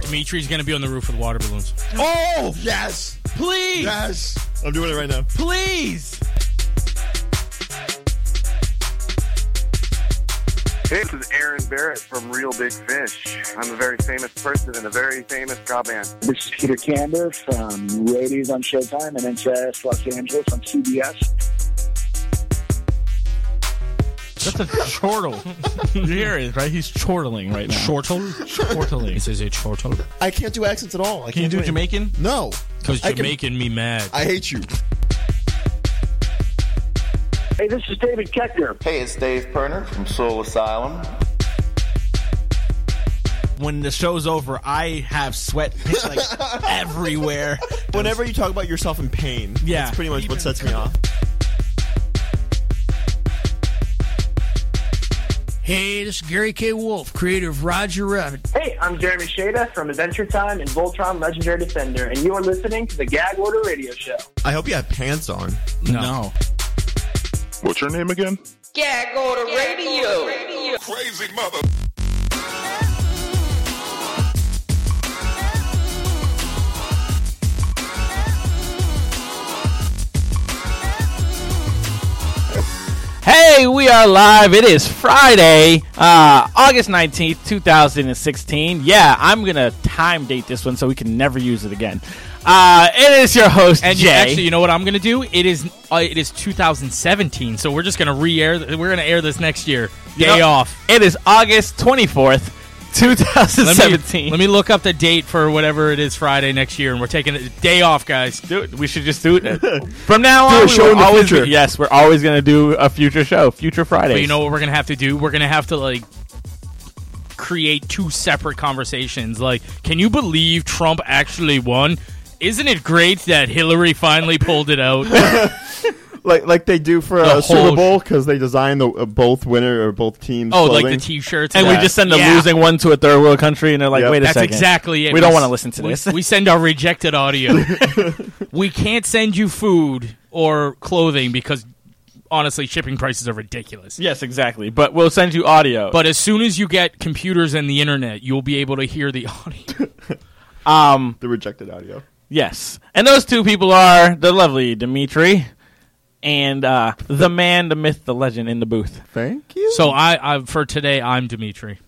Dimitri's going to be on the roof with water balloons. Oh, yes. Please. Yes. I'm doing it right now. Please. Hey, this is Aaron Barrett from Real Big Fish. I'm a very famous person in a very famous ska band. This is Peter Kander from Ladies on Showtime and NCIS Los Angeles on CBS. That's a chortle. you hear it, right? He's chortling right now. Chortle? Chortling. This is a chortle. I can't do accents at all. I Can you can't do any- Jamaican? No. Because I you're can- making me mad. I hate you. Hey, this is David Keckner. Hey, it's Dave Perner from Soul Asylum. When the show's over, I have sweat pits, like everywhere. Whenever you talk about yourself in pain, Yeah. that's pretty much what sets me off. Hey, this is Gary K. Wolf, creator of Roger Rabbit. Hey, I'm Jeremy Shada from Adventure Time and Voltron Legendary Defender, and you are listening to the Gag Order Radio Show. I hope you have pants on. No. What's your name again? Gag Order Radio. Crazy mother. Hey, we are live. It is Friday, uh, August 19th, 2016. Yeah, I'm going to time date this one so we can never use it again. Uh, it is your host, And you- Jay. actually, you know what I'm going to do? It is uh, it is 2017, so we're just going to re-air. th- We're going to air this next year. You Day know- off. It is August 24th, Let 2017. me, let me look up the date for whatever it is Friday next year, and we're taking a day off, guys. do it. We should just do it. From now on, a we show will in the always future. be- yes, we're always going to do a future show, future Fridays. But you know what we're gonna have to do? We're gonna have to like create two separate conversations. Like, can you believe Trump actually won? Isn't it great that Hillary finally pulled it out? Like like they do for a whole Super sh- Bowl because they design the uh, both winner or both teams. oh, like clothing. the T-shirts, and we that. just send a Yeah. losing one to a third world country, and they're like, Yep. wait a That's second. exactly it. We don't s- wanna listen to we- this. We send our rejected audio. we can't send you food or clothing because honestly, shipping prices are ridiculous. Yes, exactly. But we'll send you audio. But as soon as you get computers and the internet, you'll be able to hear the audio. um, the rejected audio. yes. And those two people are the lovely Dimitri and uh, the man, the myth, the legend in the booth. Thank you. So I, I for today, I'm Dimitri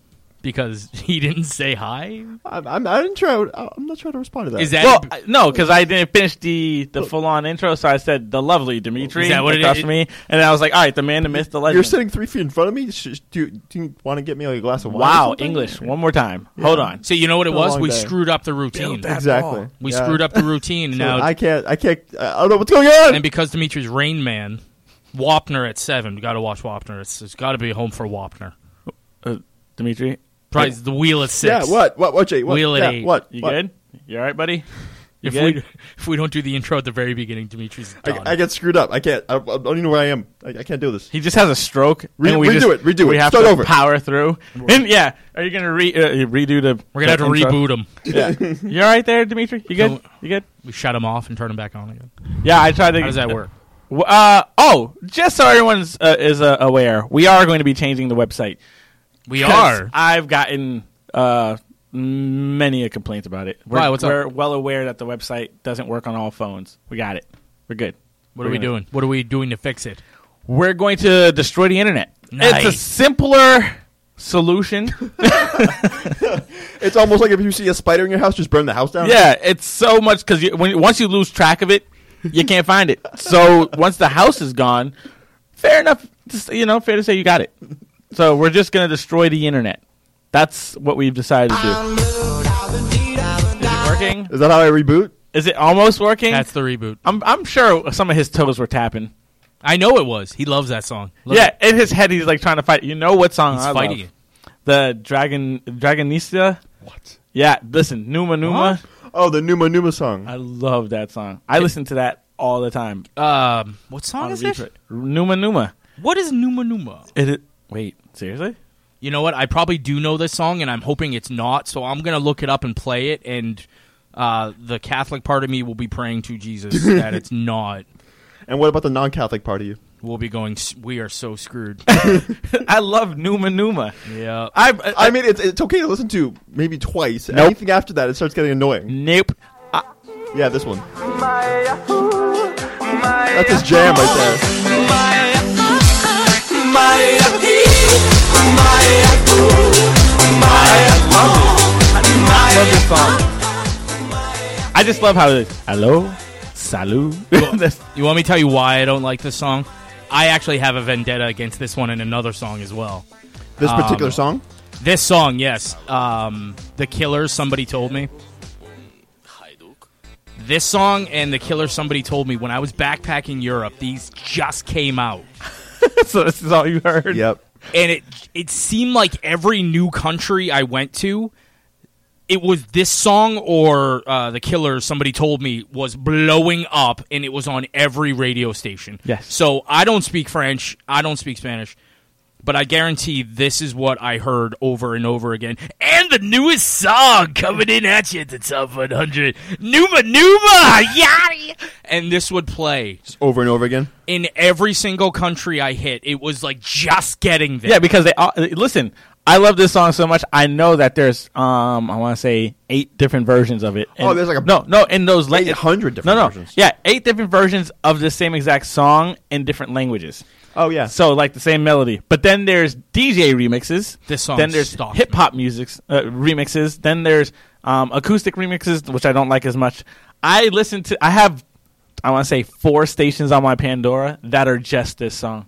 because he didn't say hi. I'm, I'm I didn't try. I'm not trying to respond to that. Is that Well, I- no, because I didn't finish the, the full on intro, so I said the lovely Dimitri Is that what it across is? from me, and then I was like, all right, the man, the myth, the legend. You're sitting three feet in front of me. Sh- Do you, do you want to get me like a glass of wine? or wow, something? English. One more time. Hold on. So you know what it Been a was? long We day. screwed up the routine. Exactly. We screwed up the routine. and now I can't. I can't. I don't know what's going on. and because Dimitri's Rain Man, Wapner at seven. You got to watch Wapner. It's, it's got to be home for Wapner. Uh, Dimitri, Probably the wheel at six. yeah. What? What? What? Jay? What? Wheel at yeah, eight. What? you what? good? You all right, buddy? You If good? we if we don't do the intro at the very beginning, Dimitri's I, done. I get screwed up. I can't. I, I don't even know where I am. I, I can't do this. He just has a stroke. Re- and we redo just- it, redo we it. have Start to over. power through. And yeah, are you gonna re- uh, redo the? We're gonna have to the intro? reboot him. Yeah. you all right there, Dimitri? You good? You good? We shut him off and turn him back on again. Yeah, I tried to. How does that work? Uh, oh, just so everyone's uh, is uh, aware, we are going to be changing the website. We are. I've gotten uh, many a complaint about it. We're, Why, what's up? we're well aware that the website doesn't work on all phones. We got it. We're good. What are we doing? What are we doing to fix it? We're going to destroy the internet. It's a Nice. simpler solution. It's almost like if you see a spider in your house, just burn the house down. yeah, it's so much because you, when once you lose track of it, you can't find it. So once the house is gone, fair enough. Just, you know, fair to say you got it. So we're just gonna destroy the internet. That's what we've decided to do. Is it working? Is that how I reboot? Is it almost working? That's the reboot. I'm I'm sure some of his toes were tapping. I know it was. He loves that song. Look, yeah, in his head he's like trying to fight. You know what song he's I fighting love? it. The Dragon Dragonista. What? Yeah, listen, Numa Numa. Oh, the Numa Numa song. I love that song. I listen to that all the time. Um, what song on is repeat. it? Numa Numa. What is Numa Numa? Is it? Wait, seriously? You know what? I probably do know this song, and I'm hoping it's not. So I'm gonna look it up and play it, and uh, the Catholic part of me will be praying to Jesus that it's not. and what about the non-Catholic part of you? we'll be going. s- We are so screwed. I love Numa Numa. yeah. I, I, I mean, it's, it's okay to listen to maybe twice. Nope. Anything after that, it starts getting annoying. nope. Uh, Yeah, this one. That's his jam right there. I love this song. I just love how it is. Hello, salut. That's- You want me to tell you why I don't like this song? I actually have a vendetta against this one and another song as well. This Um, particular song. This song, yes. Um, the Killers, somebody told me. This song and The Killers, somebody told me when I was backpacking Europe, these just came out. so this is all you heard. Yep. And it it seemed like every new country I went to, it was this song or uh, The Killers, somebody told me, was blowing up and it was on every radio station. Yes. So I don't speak French, I don't speak Spanish. but I guarantee this is what I heard over and over again. And the newest song coming in at you at the top 100, Numa Numa, yada. And this would play Over and over again. in every single country I hit. It was like just getting there. Yeah, because they all, listen. I love this song so much. I know that there's um I want to say eight different versions of it. Oh, there's like a- no no in those la- 800 different no no versions. yeah eight different versions of the same exact song in different languages. Oh yeah. So like the same melody, but then there's DJ remixes. This song Then there's stalked hip hop musics uh, remixes. Then there's um, acoustic remixes, which I don't like as much. I listen to. I have, I want to say four stations on my Pandora that are just this song.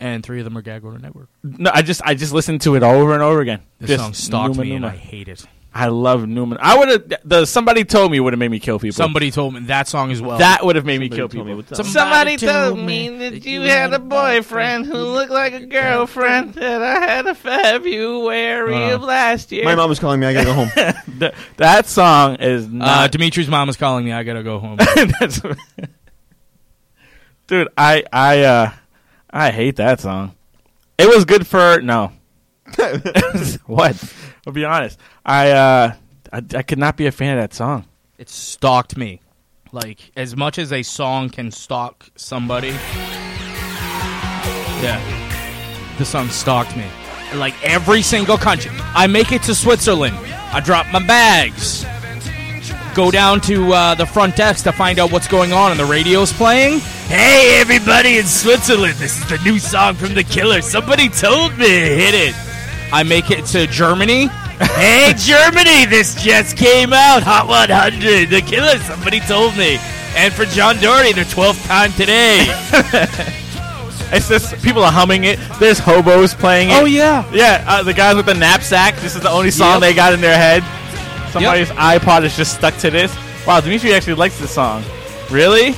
And three of them are Gag Order Network. No, I just I just listen to it over and over again. This just song stalked Numa me and Numa. I hate it. I love Newman. I would have the somebody told me would have made me kill people. Somebody told me that song as well. that would have made me kill told me people. what's up. Somebody told me that you had a boyfriend who looked like a girlfriend Uh, that I had a February Wow. of last year. My mom is calling me. I gotta go home. Th- that song is uh, not. Dimitri's mom is calling me. I gotta go home. that's- dude, I I uh I hate that song. It was good for no. what? I'll be honest. I uh I, I could not be a fan of that song. it stalked me. Like as much as a song can stalk somebody. Yeah. The song stalked me. Like every single country. I make it to Switzerland. I drop my bags. Go down to uh, the front desk to find out what's going on, and the radio's playing. Hey, everybody in Switzerland, this is the new song from The Killer. Somebody told me to hit it. I make it to Germany. hey, Germany, this just came out. Hot 100. The killer, somebody told me. And for John Doherty, the 12th time today. It's just people are humming it. There's hobos playing it. Oh, yeah. Yeah, uh, the guys with the knapsack. This is the only song Yep. they got in their head. Somebody's iPod is just stuck to this. Wow, Dimitri actually likes this song. Really?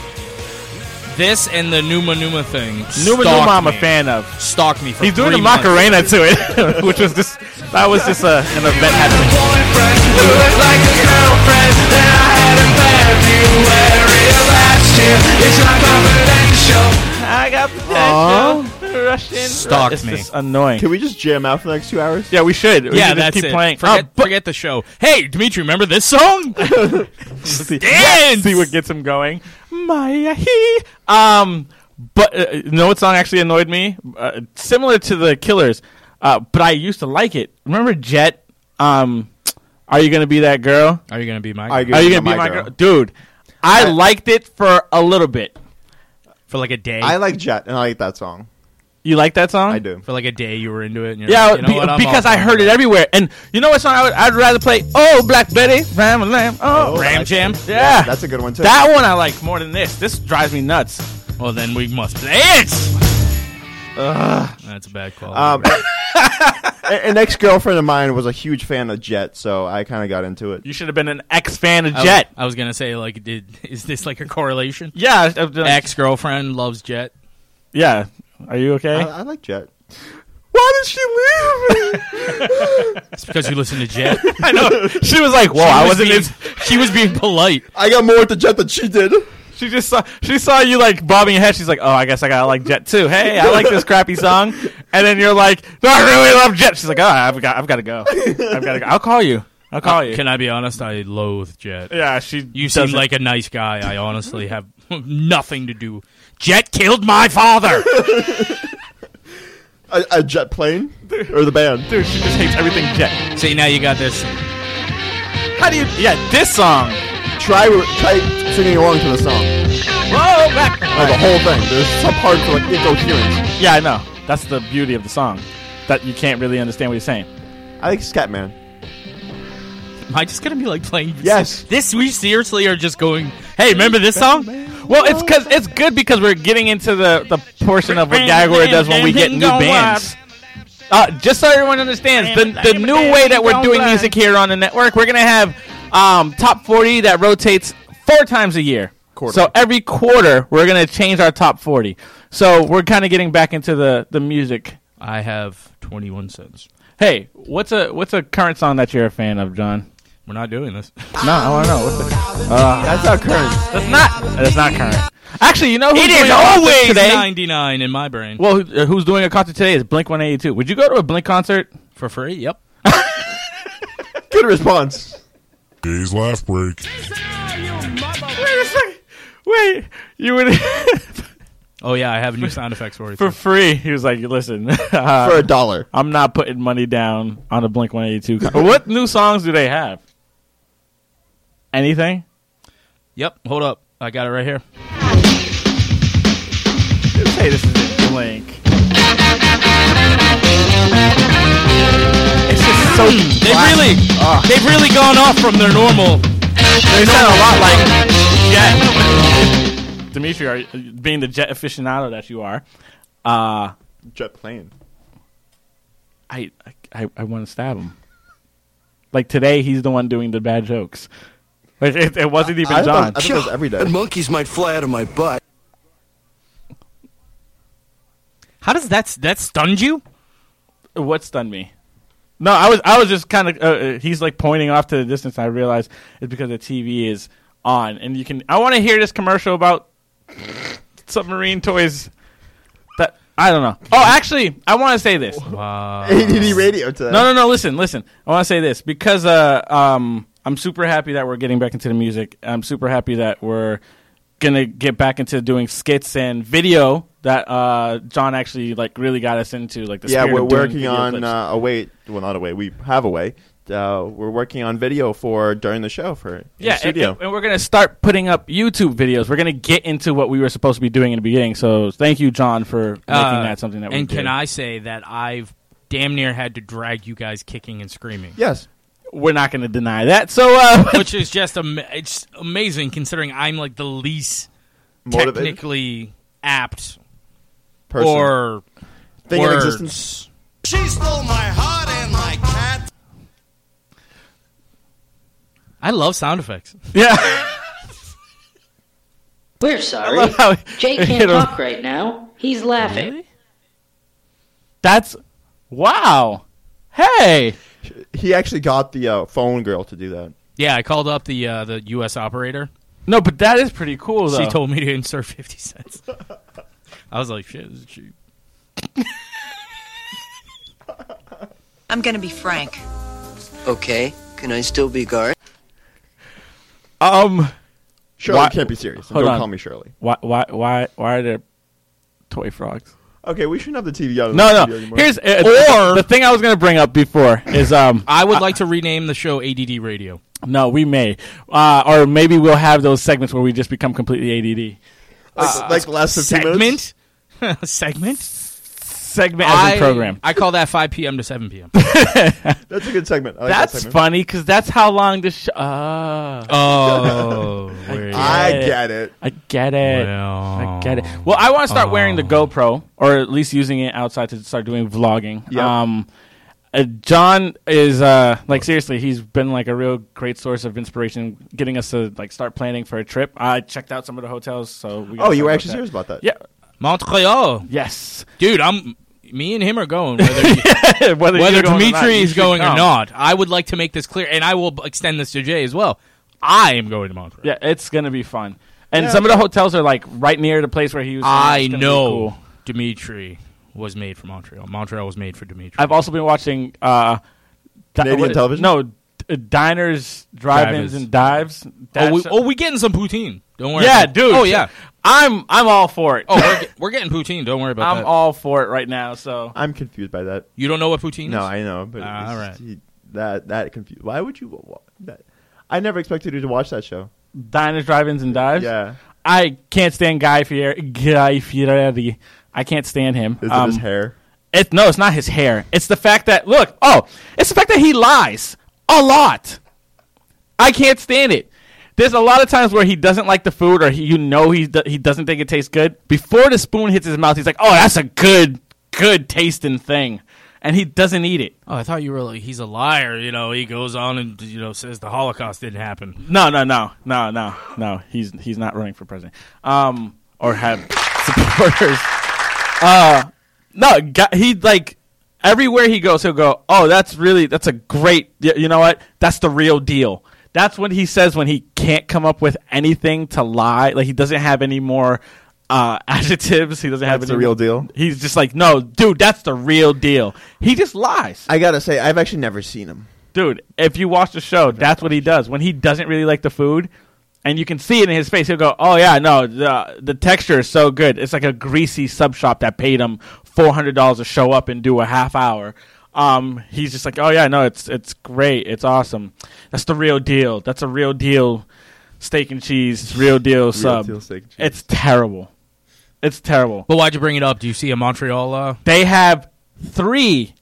This and the Numa Numa thing. Numa Numa, I'm a fan of. Stalk me for He's doing three the months. Macarena to it, which was just that was just a, an event happening. I got potential. Russian. Stalked it's me. just annoying. Can we just jam out for the next two hours? yeah, we should. We Yeah, should just that's keep it. playing. Forget, Oh, but- forget the show. Hey, Dimitri, remember this song? see, Dance! see what gets him going. Maya he. Um, but uh, you know what song actually annoyed me? Uh, similar to the Killers, uh, but I used to like it. Remember Jet? Um, are you gonna be that girl? Are you gonna be my I agree. Are you with gonna be my girl. girl, dude? I liked it for a little bit. for like a day? I like Jet, and I like that song. You like that song? I do. for like a day, you were into it. And you're Yeah, like, you know be- what, I'm because all I for heard it everywhere. And you know what song I would, I'd rather play? Oh, Black Betty, Ram a Lamb. Oh, Ram Jam. yeah, That's a good one too. that one I like more than this. This drives me nuts. Well, then we must play it. That's a bad call. Um, a- an ex girlfriend of mine was a huge fan of Jet, so I kind of got into it. You should have been an ex fan of I was- Jet. I was gonna say like, did is this like a correlation? yeah, I- I've done- Ex girlfriend loves Jet. Yeah. Are you okay? I, I like Jet. Why did she leave me? It's because you listen to Jet. I know. She was like, "Whoa, I was wasn't." being- in- she was being polite. I got more into Jet than she did. She just saw. She saw you like bobbing your head. She's like, "Oh, I guess I gotta like Jet too." Hey, I like this crappy song. And then you're like, "No, I really love Jet." She's like, "Oh, I've got, I've got to go. I've got to go. I'll call you." I'll call Uh, you. Can I be honest? I loathe Jet. Yeah, she You seem doesn't- like a nice guy. I honestly have nothing to do. Jet killed my father. A, a jet plane or the band? Dude, she just hates everything Jet. See, now you got this. How do you? Yeah, this song. Try try singing along to the song. Whoa, back. Like the whole thing. There's some parts that are, like incoherent. Yeah, I know. That's the beauty of the song, that you can't really understand what you're saying. I like Scatman. Am I just gonna be like playing? Yes. This we seriously are just going. Hey, remember this song? Well, it's because it's good because we're getting into the, the portion of what Gagor does when we get new bands. Uh, just so everyone understands, the, the new way that we're doing music here on the network, we're gonna have um, top forty that rotates four times a year. Quarter. So every quarter, we're gonna change our top forty. So we're kind of getting back into the, the music. I have twenty-one cents. Hey, what's a what's a current song that you're a fan of, John? We're not doing this. No, I want to know. What's the, That's not current. that's not that's not current. Actually, you know who's doing a concert today? ninety-nine in my brain Well, who- uh, who's doing a concert today is Blink 182. Would you go to a Blink concert? for free. Yep. Good response. Gays laugh break. Wait a second. Wait, you would Oh yeah, I have new sound effects for you. for free? He was like, "Listen, uh, For a dollar. I'm not putting money down on a Blink 182." Con- what new songs do they have? Anything? yep. Hold up, I got it right here. Hey, this is Blink. It's just so. They really, they've really gone off from their normal. They sound a lot like Jet. Dimitri, are, being the Jet aficionado that you are, uh, Jet plane. I I, I want to stab him. Like today, he's the one doing the bad jokes. Like it, it wasn't even I John. thought, I thought that was every day. monkeys might fly out of my butt. How does that that stunned you? what stunned me? No, I was I was just kind of. Uh, uh, he's like pointing off to the distance. I realized it's because the TV is on, and you can. I want to hear this commercial about submarine toys. That I don't know. Oh, actually, I want to say this. Uh, ADD radio today. No, no, no. Listen, listen. I want to say this because uh, um, I'm super happy that we're getting back into the music. I'm super happy that we're gonna get back into doing skits and video that uh, John actually like really got us into. Like, the yeah, spirit we're of doing working video on clips. uh, a way. Well, not a way. We have a way. Uh, we're working on video for during the show for in yeah, the studio. And, and we're gonna start putting up YouTube videos. We're gonna get into what we were supposed to be doing in the beginning. So thank you, John, for making Uh, that something that we and do. can I say that I've damn near had to drag you guys kicking and screaming, yes, We're not gonna deny that. So uh, which is just am- it's amazing considering I'm like the least motivated technically apt person. or thing in words. existence. She stole my heart and my cat. I love sound effects. yeah, We're sorry. how Jake it can't hit him. talk right now. He's laughing. that's wow. Hey. He actually got the uh, phone girl to do that. Yeah, I called up the uh, the U.S. operator. No, but that is pretty cool though. She told me to insert fifty cents. I was like, shit, this is cheap. I'm gonna be frank. Okay, can I still be guard? um Shirley Why- can't be serious. Hold Don't on. call me Shirley. why why why why are there toy frogs? Okay, we shouldn't have the TV on. in the No, studio no. anymore. Here's uh, or the thing I was going to bring up before is um I would like to rename the show ADD Radio. no, we may uh or maybe we'll have those segments where we just become completely ADD. like, like the last 15 minutes. Segment, segment. Segment as a program. I call that five p.m. to seven p.m. That's a good segment. I like that That's segment. funny cuz that's how long this sh- uh, oh, wait. I Yeah. get it. I get it. I Well. get it. Well, um, I want to start wearing the GoPro, or at least using it outside to start doing vlogging. Yep. Um, uh, John is uh, like seriously, he's been like a real great source of inspiration, getting us to like start planning for a trip. I checked out some of the hotels, so we gotta Oh, you were talk about actually that. serious about that? Yeah. Montreal, Yes. dude. I'm me and him are going. Whether, whether whether you're going or Dimitri not, you is should going or come. not, I would like to make this clear, and I will b- extend this to Jay as well. I am going to Montreal. Yeah, it's gonna be fun. And some of the hotels are like right near the place where he was. I It's gonna be know cool. Dimitri was made for Montreal. Montreal was made for Dimitri. I've also been watching uh, that- Canadian what- television? No, uh, diners, drive-ins, Drive-ins. and dives. Oh, we, That's- oh, we getting some poutine. Don't worry. yeah, about it. dude. Oh, yeah. I'm I'm all for it. Oh, we're, get- we're getting poutine. Don't worry about I'm that. all for it right now. So I'm confused by that. you don't know what poutine is? No, I know, but Ah, all all right. right. that that confused. Why would you? wa- That, I never expected you to watch that show. diners, drive-ins, and dives. Yeah, I can't stand Guy Fieri. Guy Fieri. I can't stand him. is it Um, his hair? It, no, it's not his hair. It's the fact that look. Oh, it's the fact that he lies a lot. I can't stand it. There's a lot of times where he doesn't like the food, or he, you know he do- he doesn't think it tastes good. Before the spoon hits his mouth, he's like, "Oh, that's a good good tasting thing," and he doesn't eat it. Oh, I thought you were like he's a liar. You know, he goes on and you know says the Holocaust didn't happen. No, no, no, no, no, no. He's he's not running for president. Um, or have supporters. Uh, no, ga- he like everywhere he goes, he'll go. Oh, that's really that's a great. y- You know what? That's the real deal. That's what he says when he can't come up with anything to lie. Like he doesn't have any more uh, adjectives. He doesn't have That's any the real deal. He's just like, no, dude, that's the real deal. He just lies I gotta say, I've actually never seen him. dude if you watch the show that's what he does when he doesn't really like the food and you can see it in his face he'll go oh yeah no the, the texture is so good it's like a greasy sub shop that paid him $400 to show up and do a half hour um, he's just like oh yeah no it's it's great it's awesome that's the real deal that's a real deal steak and cheese real deal sub deal steak and cheese. it's terrible it's terrible But why'd you bring it up? Do you see a Montreal? Uh, they have three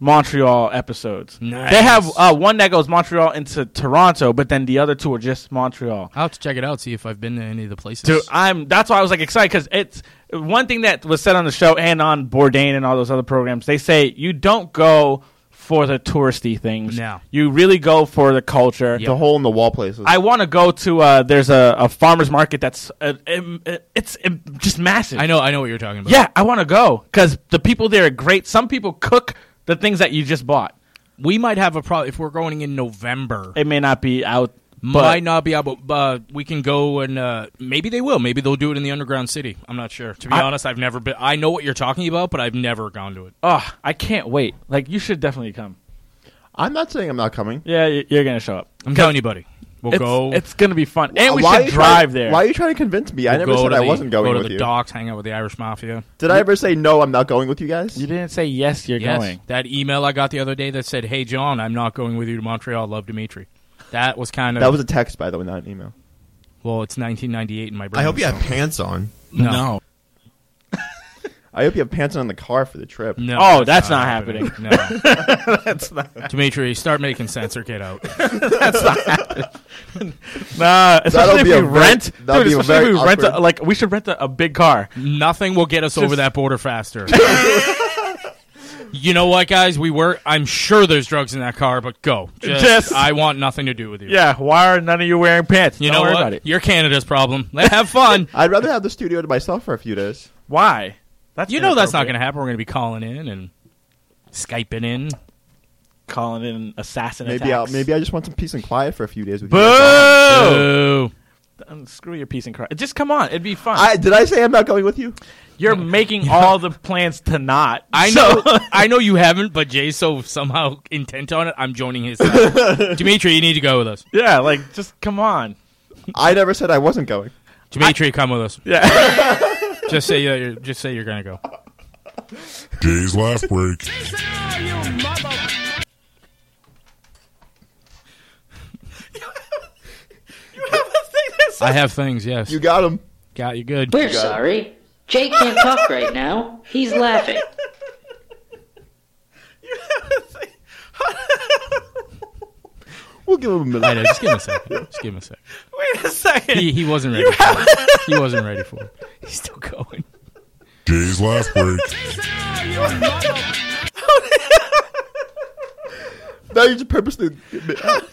Montreal episodes. Nice. They have uh, one that goes Montreal into Toronto, but then the other two are just Montreal. I'll have to check it out. See if I've been to any of the places. Dude, I'm that's why I was like excited because it's one thing that was said on the show and on Bourdain and all those other programs. They say you don't go for the touristy things. No. you really go for the culture. The hole in the wall places. I want to go to uh, there's a, a farmers market that's uh, um, uh, it's um, just massive. I know, I know what you're talking about. Yeah, I want to go because the people there are great. Some people cook the things that you just bought. we might have a problem if we're going in November. It may not be out, but might not be able. Uh, we can go and uh, maybe they will. Maybe they'll do it in the underground city. I'm not sure. To be I- honest, I've never been. I know what you're talking about, but I've never gone to it. oh, I can't wait. Like you should definitely come. I'm not saying I'm not coming. Yeah, y- you're gonna show up. I'm telling you, buddy. We'll It's, go. it's gonna be fun, and we Why are should you drive trying- there. Why are you trying to convince me? I we'll never go said to I the- wasn't go going to with the you. docks, hang out with the Irish mafia. Did I ever say no? I'm not going with you guys. you didn't say yes. You're Yes, going. that email I got the other day that said, "Hey John, I'm not going with you to Montreal. Love Dimitri." That was kind of That was a text, by the way, not an email. well. It's 1998 in my brain. I hope you so- have pants on. no. I hope you have pants on in the car for the trip. No. Oh, that's not happening. No. Dimitri, start making sense or get out. Nah, especially if be we a very- rent, that'll dude. be a Especially very if we rent, a, awkward- like we should rent a, a big car. Nothing will get us over that border faster. you know what, guys? We were. I'm sure there's drugs in that car, but go. Just, Just- I want nothing to do with you. Yeah, why are none of you wearing pants? You Don't know worry what? about it. You're Canada's problem. Let have fun. I'd rather have the studio to myself for a few days. Why? That's you know that's inappropriate. not going to happen. We're going to be calling in and skyping in. calling in assassin Maybe I'll, attacks. maybe I just want some peace and quiet for a few days with you. guys. Boo! Oh, Um, screw your peace and cry. Just come on. It'd be fun. I, did I say I'm not going with you? You're making all the plans to not. I So- know. I know you haven't, but Jay's so somehow intent on it. I'm joining his. side. Dimitri, you need to go with us. yeah, like just come on. I never said I wasn't going. Dimitri, come with us. Yeah. Just say uh, you're. Just say you're going to go. Jay's laugh break. I have things. Yes, You got him. got you good. We're sorry. Jay can't talk right now. He's laughing. We'll give him a minute. I know. Just give him a second. Just give him a second. Wait a second. He, he wasn't ready. For it. He wasn't ready for it. He's still going. Jay's laugh break. Now you just purposely.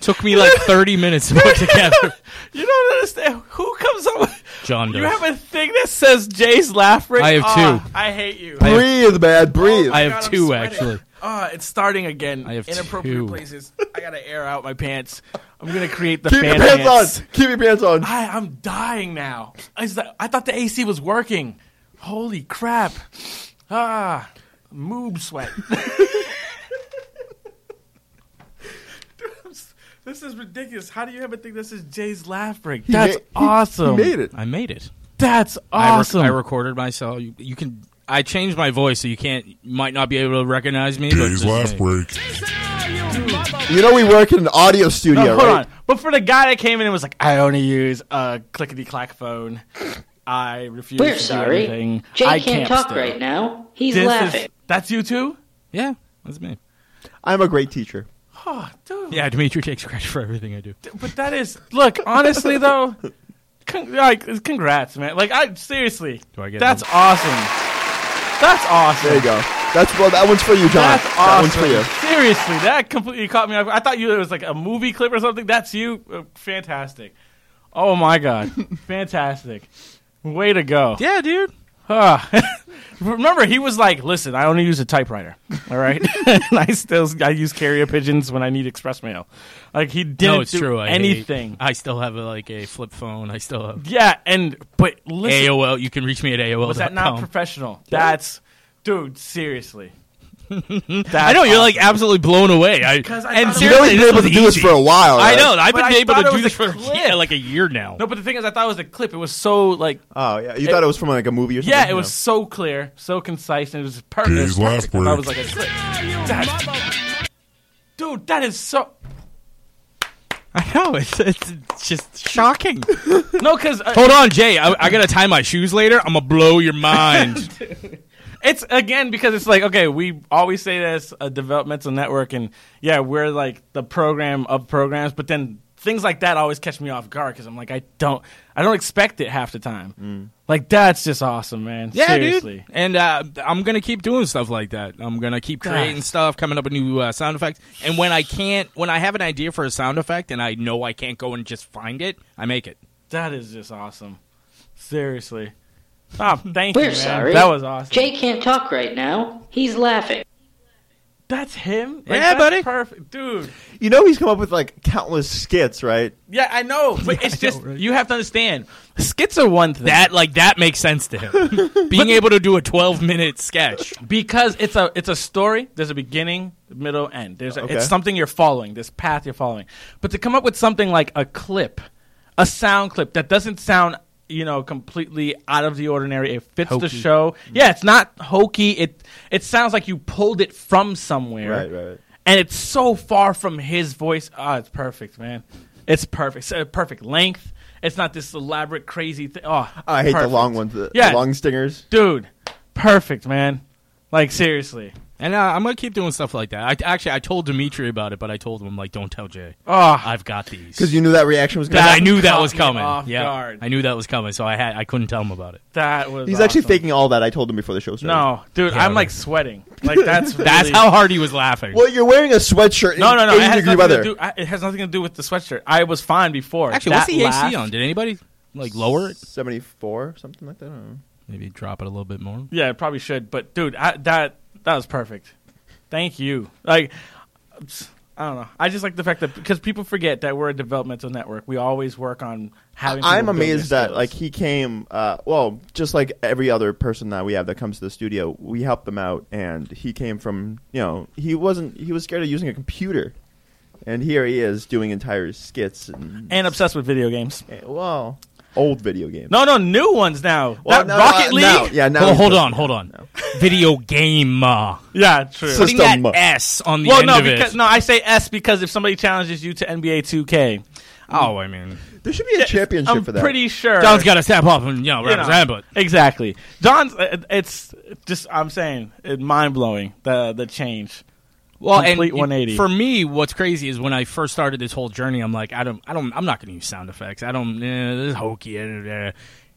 Took me like 30 minutes to put together. You don't understand. Who comes up with John does. You have a thing that says Jay's laugh break? I have Ah, two. I hate you. I have- breathe, man, breathe. I have God, I'm two sweating. actually. Ah, it's starting again. I have Inappropriate two. places. I gotta air out my pants. I'm gonna create the Keep fan your pants pants. on. Keep your pants on. I, I'm dying now. I, that, I thought the AC was working. Holy crap. Ah, moob sweat. Dude, I'm s- This is ridiculous. How do you ever think this is Jay's laugh break? He That's ma- he- awesome. he made it. I made it. That's I rec- awesome. I, recorded myself. You, you can. I changed my voice, so you can't. You might not be able to recognize me. but Jay's just- last break. You know, we work in an audio studio, No, hold right? on. But for the guy that came in and was like, I only use a clickety clack phone. I refuse We're to sorry. do anything. Jay I can't can't, talk stay." right now. He's This is- laughing. that's you too? Yeah, that's me. I'm a great teacher. Oh, dude. Yeah, Dimitri takes credit for everything I do. But that is look, honestly though, con- like congrats, man. Like I seriously, Do I get that's it? awesome. That's awesome. There you go. That's well. That one's for you, John. That's awesome. That one's for you. Seriously, that completely caught me. off I thought you it was like a movie clip or something. That's you. Uh, fantastic. Oh my god, fantastic. Way to go. Yeah, dude. Ah. Remember, he was like, "Listen, I only use a typewriter. All right, and I still I use carrier pigeons when I need express mail. Like he didn't no, it's do true. I hate- anything. I still have a, like a flip phone. I still have Yeah, and but listen, AOL. You can reach me at AOL. was that not professional? That's, dude, seriously. I know you're like absolutely blown away. I, Because I and thought it You know, seriously, we've this been able was to do this easy. for a while. I right? know. I've But I been able thought to it was do this a for clip. yeah, like a year now. No, but the thing is, I thought it was a clip. It was so like, Oh yeah. You thought it was from like a movie or something. yeah, it you was know? so clear, so concise, and it was per- it Days was last perfect. I thought it work. was like a clip. That's- dude, that is so I know. It's, it's, it's just shocking. no, because uh, Hold on, Jay. I, I gotta tie my shoes later. I'm gonna blow your mind. it's again because it's like okay, we always say this a developmental network, and yeah, we're like the program of programs, but then things like that always catch me off guard because I'm like, I don't, I don't expect it half the time. Like that's just awesome, man. Mm. Yeah, Seriously. dude. And uh, I'm gonna keep doing stuff like that. I'm gonna keep God. creating stuff, coming up with new uh, sound effects. And when I can't, when I have an idea for a sound effect and I know I can't go and just find it, I make it. That is just awesome. Seriously. Oh, thank you, We're man. sorry. That was awesome. Jay can't talk right now. He's laughing. That's him. Like, Yeah, that's buddy. Perfect, dude. You know, he's come up with like countless skits, right? Yeah, I know, but it's just you have to understand. Skits are one thing That like that makes sense to him. Being able to do a 12 minute sketch. because it's a it's a story. There's a beginning, middle, end. There's a, Okay. it's something you're following. This path you're following. But to come up with something like a clip, a sound clip that doesn't sound you know completely out of the ordinary. It fits the Hokey. show. Mm. Yeah, it's not hokey. It it sounds like you pulled it from somewhere. Right, right, right. and it's so far from his voice. Ah, it's perfect, man. It's perfect. It's a perfect length. It's not this elaborate, crazy thing. Oh, I hate perfect. the long ones, the, Yeah. the long stingers. dude. Perfect, man. Like seriously. And uh, I'm gonna keep doing stuff like that. I, actually, I told Dimitri about it, but I told him I'm like, don't tell Jay. Oh, I've got these. Because you knew that reaction was going to I happen. knew that caught was me coming. off Yeah, guard. I knew that was coming, so I had I couldn't tell him about it. that was. He's actually awesome. faking all that. I told him before the show started. No, dude, Yeah, I'm like right. sweating. Like that's That's really- how hard he was laughing. Well, you're wearing a sweatshirt in No, no, no. It 80 has, degree nothing weather. to do, I, it has nothing to do with the sweatshirt. I was fine before. Actually, That what's the laugh- AC on? Did anybody like lower it? 74, something like that. I don't know. Maybe drop it a little bit more. Yeah, it probably should. But dude, I, that that was perfect. Thank you. Like, I don't know. I just like the fact that because people forget that we're a developmental network. We always work on having. I'm people build their amazed that skills. like he came. Uh, well, just like every other person that we have that comes to the studio, we help them out, and he came from you know he wasn't he was scared of using a computer, and here he is doing entire skits and, and obsessed with video games. and, well old video games. No, no, new ones now. Well, that no, Rocket uh, League. now- yeah, now Well, he's hold just- on, hold on. Video game. Uh, Yeah, true. So- putting that System. S on the well, end no, of because it. no, I say S because if somebody challenges you to NBA 2K, Oh, I mean, There should be a championship I'm for that. pretty sure. John's got to step up and you know you know, represent, but exactly. John's. uh, It's just. I'm saying, it mind blowing the the change. well, Complete and 180. For me, what's crazy is when I first started this whole journey, I'm like, I don't, I don't, I'm not going to use sound effects. I don't, eh, this is hokey. eh, eh, eh.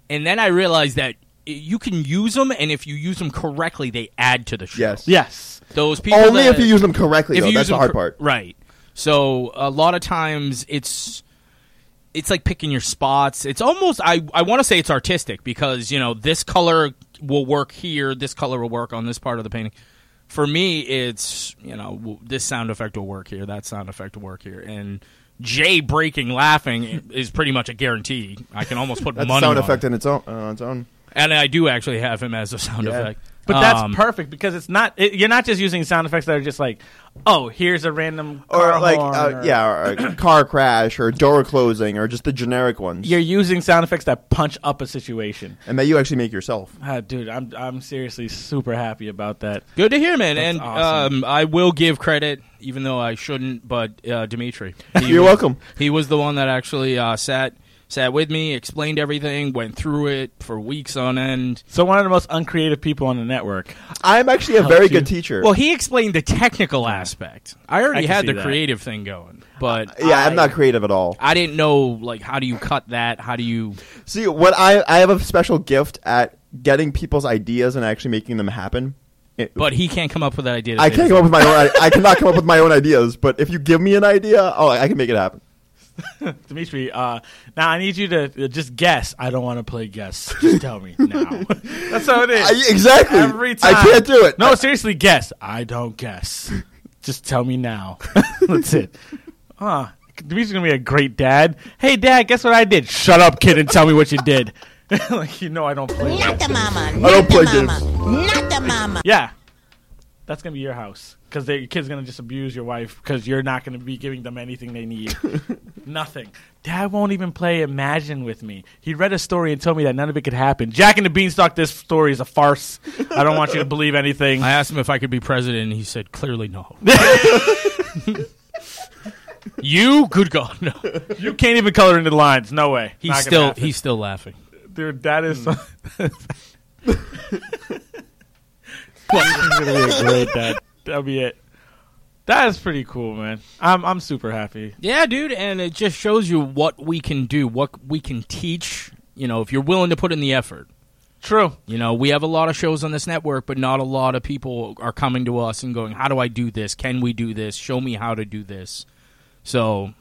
And then I realized that i- you can use them, and if you use them correctly, they add to the show. yes. Yes. those people Only that- if you use them correctly. though. That's them the hard cor- part. right? So a lot of times it's it's like picking your spots. It's almost I I want to say it's artistic because you know this color will work here, this color will work on this part of the painting. For me, it's you know w- this sound effect will work here, that sound effect will work here, and Jay breaking laughing is pretty much a guarantee. I can almost put That's a money sound on effect it. in its own. Uh, on its own. and I do actually have him as a sound Yeah. effect. But that's Um, perfect because it's not. It, you're not just using sound effects that are just like, oh, here's a random or car like horn uh, or- yeah, or a car crash or a door closing or just the generic ones, You're using sound effects that punch up a situation. and that you actually make yourself. Ah, dude, I'm I'm seriously super happy about that. Good to hear, man. That's and awesome. um, I will give credit, even though I shouldn't. But uh, Dimitri, he You're was- welcome. He was the one that actually uh, sat sat with me, explained everything, went through it for weeks on end. So one of the most uncreative people on the network. I'm actually a Helped very Oh, you. good teacher. Well, he explained the technical aspect. I I already can had see the that. creative thing going, but yeah, I- I'm not creative at all. I didn't know like how do you cut that? How do you? See, what I I have a special gift at getting people's ideas and actually making them happen. It- But he can't come up with that idea. to I save can't his come up with my own. I cannot come up with my own ideas. But if you give me an idea, oh, I can make it happen. Dimitri, uh, now I need you to uh, just guess. I don't want to play guess. Just tell me now. That's how it is. I, exactly. Every time. I can't do it. No, seriously, guess. I don't guess. Just tell me now. That's it. Huh. Dimitri's gonna be a great dad. Hey, dad, guess what I did? Shut up, kid, and tell me what you did. like you know, I don't play. Not the mama. I don't Not play the games. mama. Not the mama. Yeah, that's gonna be your house because your kid's gonna just abuse your wife because you're not gonna be giving them anything they need. Nothing. Dad won't even play Imagine with me. He read a story and told me that none of it could happen. Jack and the Beanstalk. This story is a farce. I don't want you to believe anything. I asked him if I could be president, and he said clearly no. you, good God, no. You can't even color into the lines. No way. He's Not gonna still happen. he's still laughing. dude. That is. He's gonna be a great dad. That'll be it. That is pretty cool, man. I'm I'm super happy. Yeah, dude, and it just shows you what we can do, what we can teach. You know, if you're willing to put in the effort. True. You know, we have a lot of shows on this network, but not a lot of people are coming to us and going, "How do I do this? Can we do this? Show me how to do this." So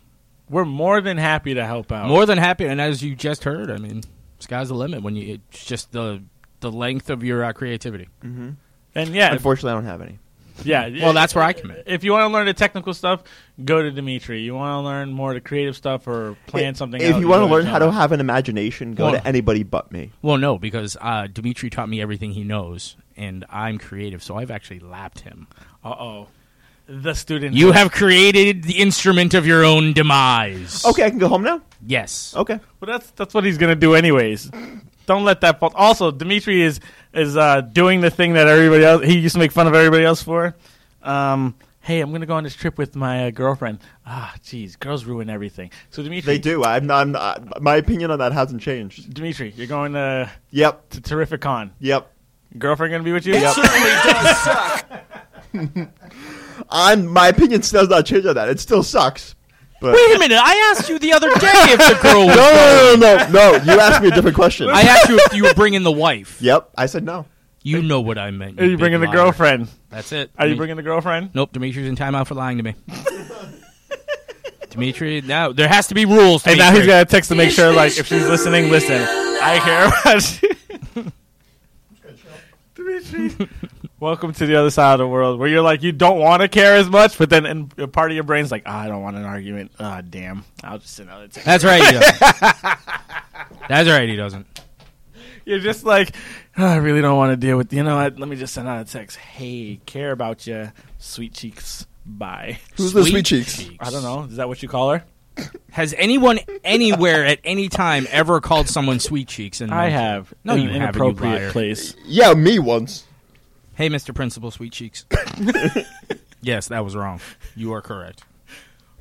We're more than happy to help out. more than happy, and as you just heard, I mean, sky's the limit when you. It's just the the length of your uh, creativity. and yeah, Unfortunately, I don't have any. yeah. Well, that's where I come in. If you want to learn the technical stuff, go to Dimitri. You want to learn more of the creative stuff or plan something. If out, you want to go learn how to John. have an imagination, go Well- to anybody but me. Well, no, because uh, Dimitri taught me everything he knows, and I'm creative, so I've actually lapped him. Uh oh, the student. You have created the instrument of your own demise. Okay, I can go home now. Yes. Okay. Well, that's that's what he's gonna do anyways. Don't let that fall. Also, Dimitri is is uh, doing the thing that everybody else he used to make fun of everybody else for. Um, hey, I'm gonna go on this trip with my uh, girlfriend. Ah, jeez, girls ruin everything. So Dimitri, They do. I'm not, I'm not. My opinion on that hasn't changed. Dimitri, you're going to Yep. to Terrificon. Yep. Girlfriend gonna be with you? I'm. My opinion still does not change on that. It still sucks. But Wait a minute! I asked you the other day if the girl. Was no, no, no, no, no. You asked me a different question. I asked you if you were bringing the wife. yep. I said no. You know what I meant. Are you big bringing the liar. girlfriend? That's it. Are you Dimit- bringing the girlfriend? Nope, Dimitri's in timeout for lying to me. Dimitri, now there has to be rules. And now he's Dimitri. gonna text to make sure, like, if she's listening, listen. I care about you. Dimitri. Welcome to the other side of the world where you're like, you don't want to care as much, but then in, a part of your brain's like, ah, I don't want an argument. Ah, damn. I'll just send out a text. That's right. He doesn't. That's right. He doesn't. You're just like, "Ah, I really don't want to deal with, you know what? Let me just send out a text. Hey, care about you. Sweet cheeks. Bye. Who's the sweet cheeks? I don't know. Is that what you call her? Has anyone anywhere at any time ever called someone sweet cheeks? And I have. No, in you an haven't, you inappropriate liar. place. Yeah, me once. Hey, Mr. Principal, sweet cheeks. yes, that was wrong. You are correct.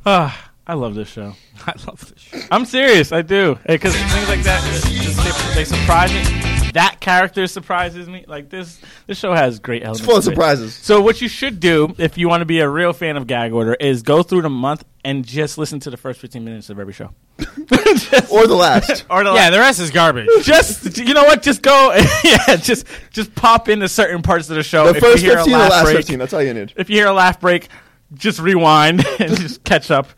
Ah, I love this show. I love this. Show. I'm serious. I do because things like that just, just- they, they surprise me. That character surprises me. Like this, this show has great elements. It's full of to it. surprises. So what you should do if you want to be a real fan of Gag Order is go through the month and just listen to the first 15 minutes of every show. Or the last. Or the Yeah, the rest is garbage. just you know what? Just go. yeah, just just pop into certain parts of the show. The if first you hear 15 a or laugh last break, 15. That's all you need. If you hear a laugh break, just rewind and just catch up.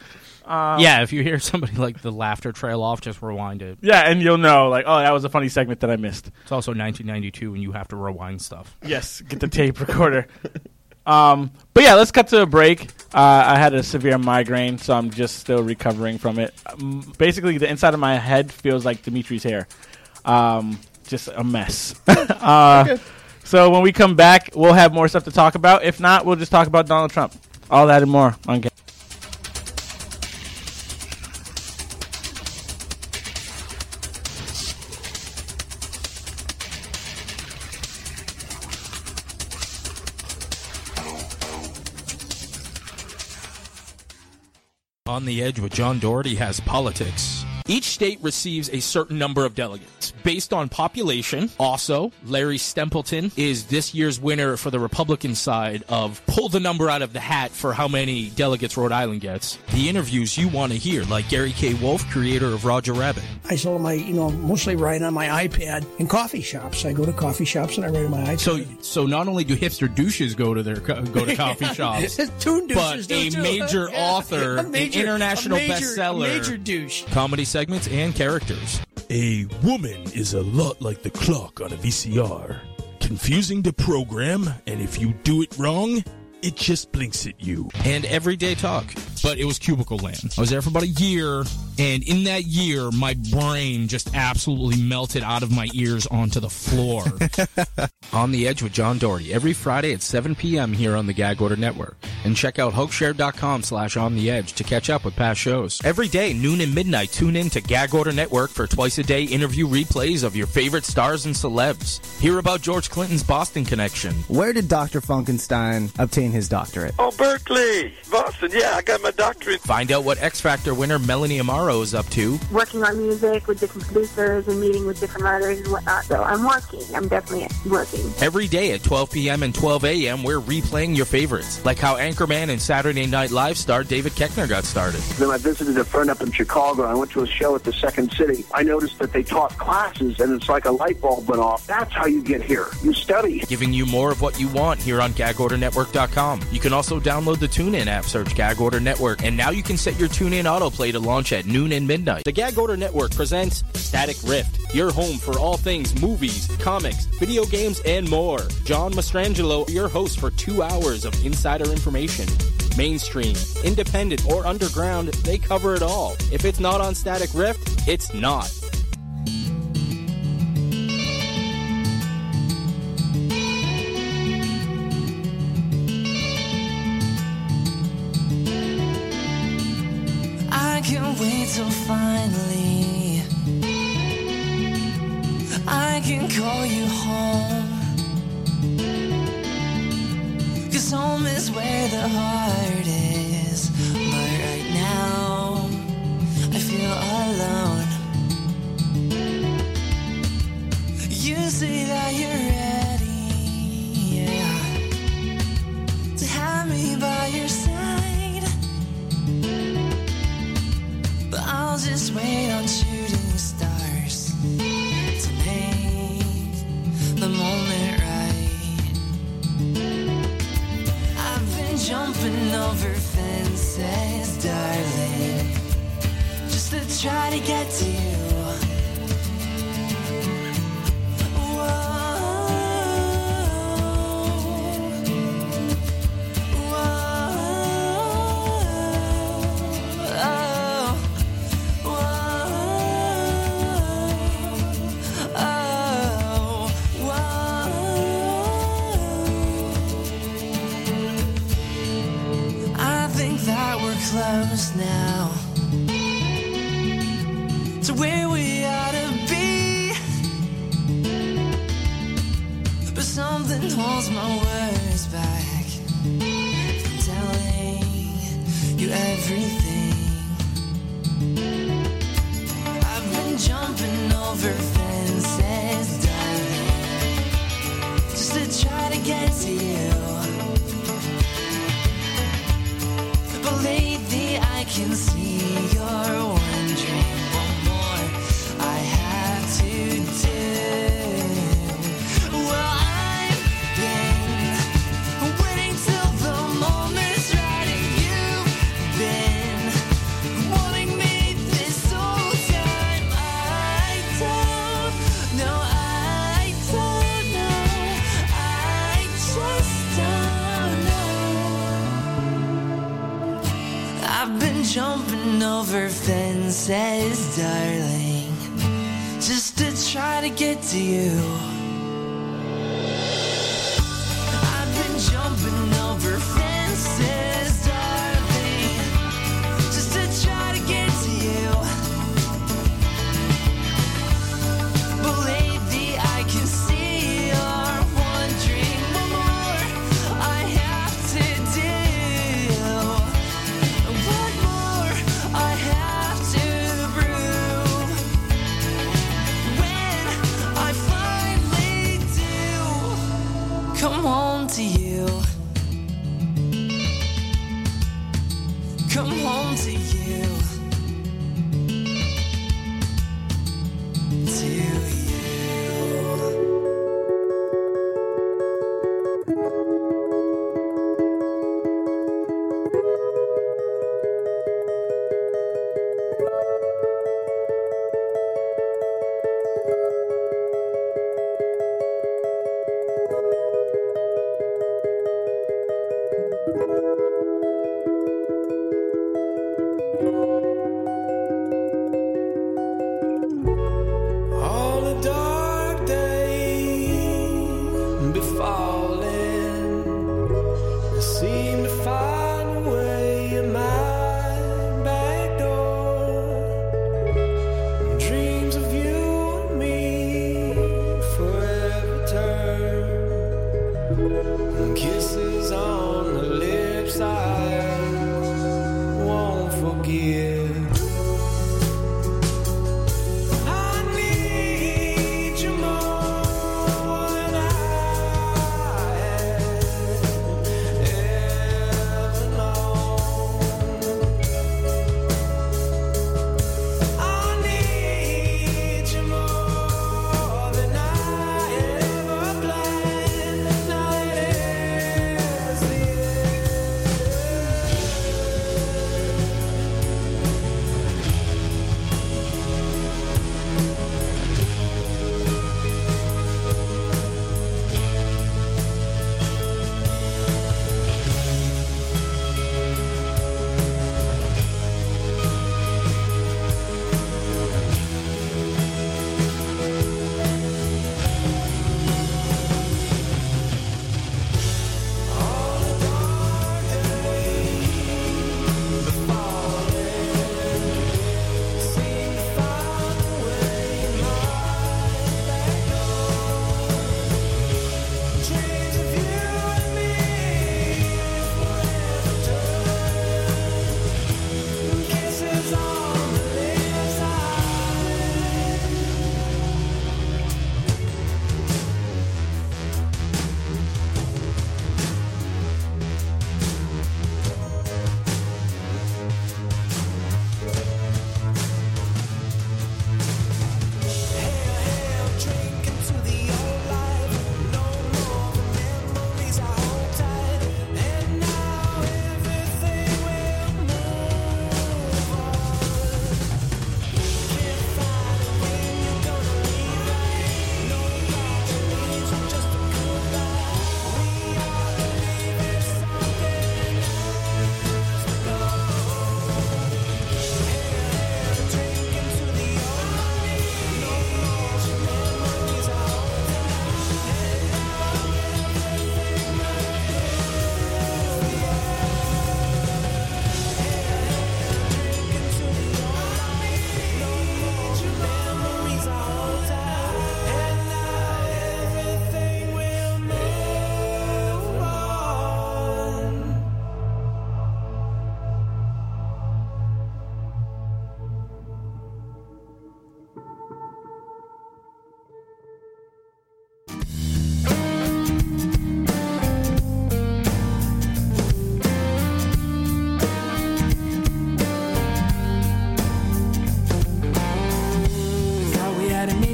yeah, if you hear somebody like the laughter trail off, just rewind it. Yeah, and you'll know like, oh, that was a funny segment that I missed. It's also 1992, and you have to rewind stuff. Yes, get the tape recorder. Um, but yeah, let's cut to a break. Uh, I had a severe migraine, so I'm just still recovering from it. Um, basically, the inside of my head feels like Dimitri's hair. Um, just a mess. uh, So when we come back, we'll have more stuff to talk about. If not, we'll just talk about Donald Trump. All that and more on Ga- On the Edge with John Doherty has politics. Each state receives a certain number of delegates based on population. Also, Larry Stempleton is this year's winner for the Republican side of pull the number out of the hat for how many delegates Rhode Island gets. The interviews you want to hear, like Gary K. Wolf, creator of Roger Rabbit. I sort of my, you know, mostly write on my iPad in coffee shops. I go to coffee shops and I write on my iPad. So, so not only do hipster douches go to their co- go to coffee shops, Two douches but do a too. major Yeah. author, A an major- international a major- bestseller, major douche. comedy segments and characters. A woman is a lot like the clock on a VCR. Confusing to program, and if you do it wrong, it just blinks at you. and everyday talk. But it was cubicle land. I was there for about a year, and in that year, my brain just absolutely melted out of my ears onto the floor. on the Edge with John Doherty every Friday at 7 p.m. here on the Gag Order Network, and check out hoaxshare.com slash on the edge to catch up with past shows. Every day, noon and midnight, tune in to Gag Order Network for twice a day interview replays of your favorite stars and celebs. Hear about George Clinton's Boston connection. Where did Dr. Funkenstein obtain his doctorate? Oh, Berkeley, Boston. Yeah, I got my doctorate. Find out what X Factor winner Melanie Amaro is up to. working on music with different producers and meeting with different writers and whatnot. So I'm working. I'm definitely working. Every day at 12 p.m. and 12 a.m., we're replaying your favorites, like how Anchorman and Saturday Night Live star David Keckner got started. Then I visited a friend up in Chicago. I went to a show at the Second City. I noticed that they taught classes, and it's like a light bulb went off. That's how you get here. You study. Giving you more of what you want here on GagOrderNetwork.com. You can also download the TuneIn app, search Gag Order Network, and now you can set your TuneIn autoplay to launch at noon and midnight. The Gag Order Network presents Static Rift, your home for all things movies, comics, video games, and more. John Mastrangelo, your host for two hours of insider information. Mainstream, independent, or underground, they cover it all. If it's not on Static Rift, it's not. I can't wait till finally I can call you home. Cause home is where the heart is. But right now, I feel alone. You say that you're ready, yeah, to have me by your side. But I'll just wait on shooting stars to make the moment right. I've been jumping over fences, darling, just to try to get to you. Whoa. Whoa. I think that we're close now to where we ought to be. But something holds my words back from telling you everything. I've been jumping over fences, darling, just to try to get to you. But lately I can see you're wondering what more I have to do. Well, I've been waiting till the moment's right, and you've been wanting me this whole time. I don't know, I don't know, I just don't know. I've been jumping over fences, darling, just to try to get to you.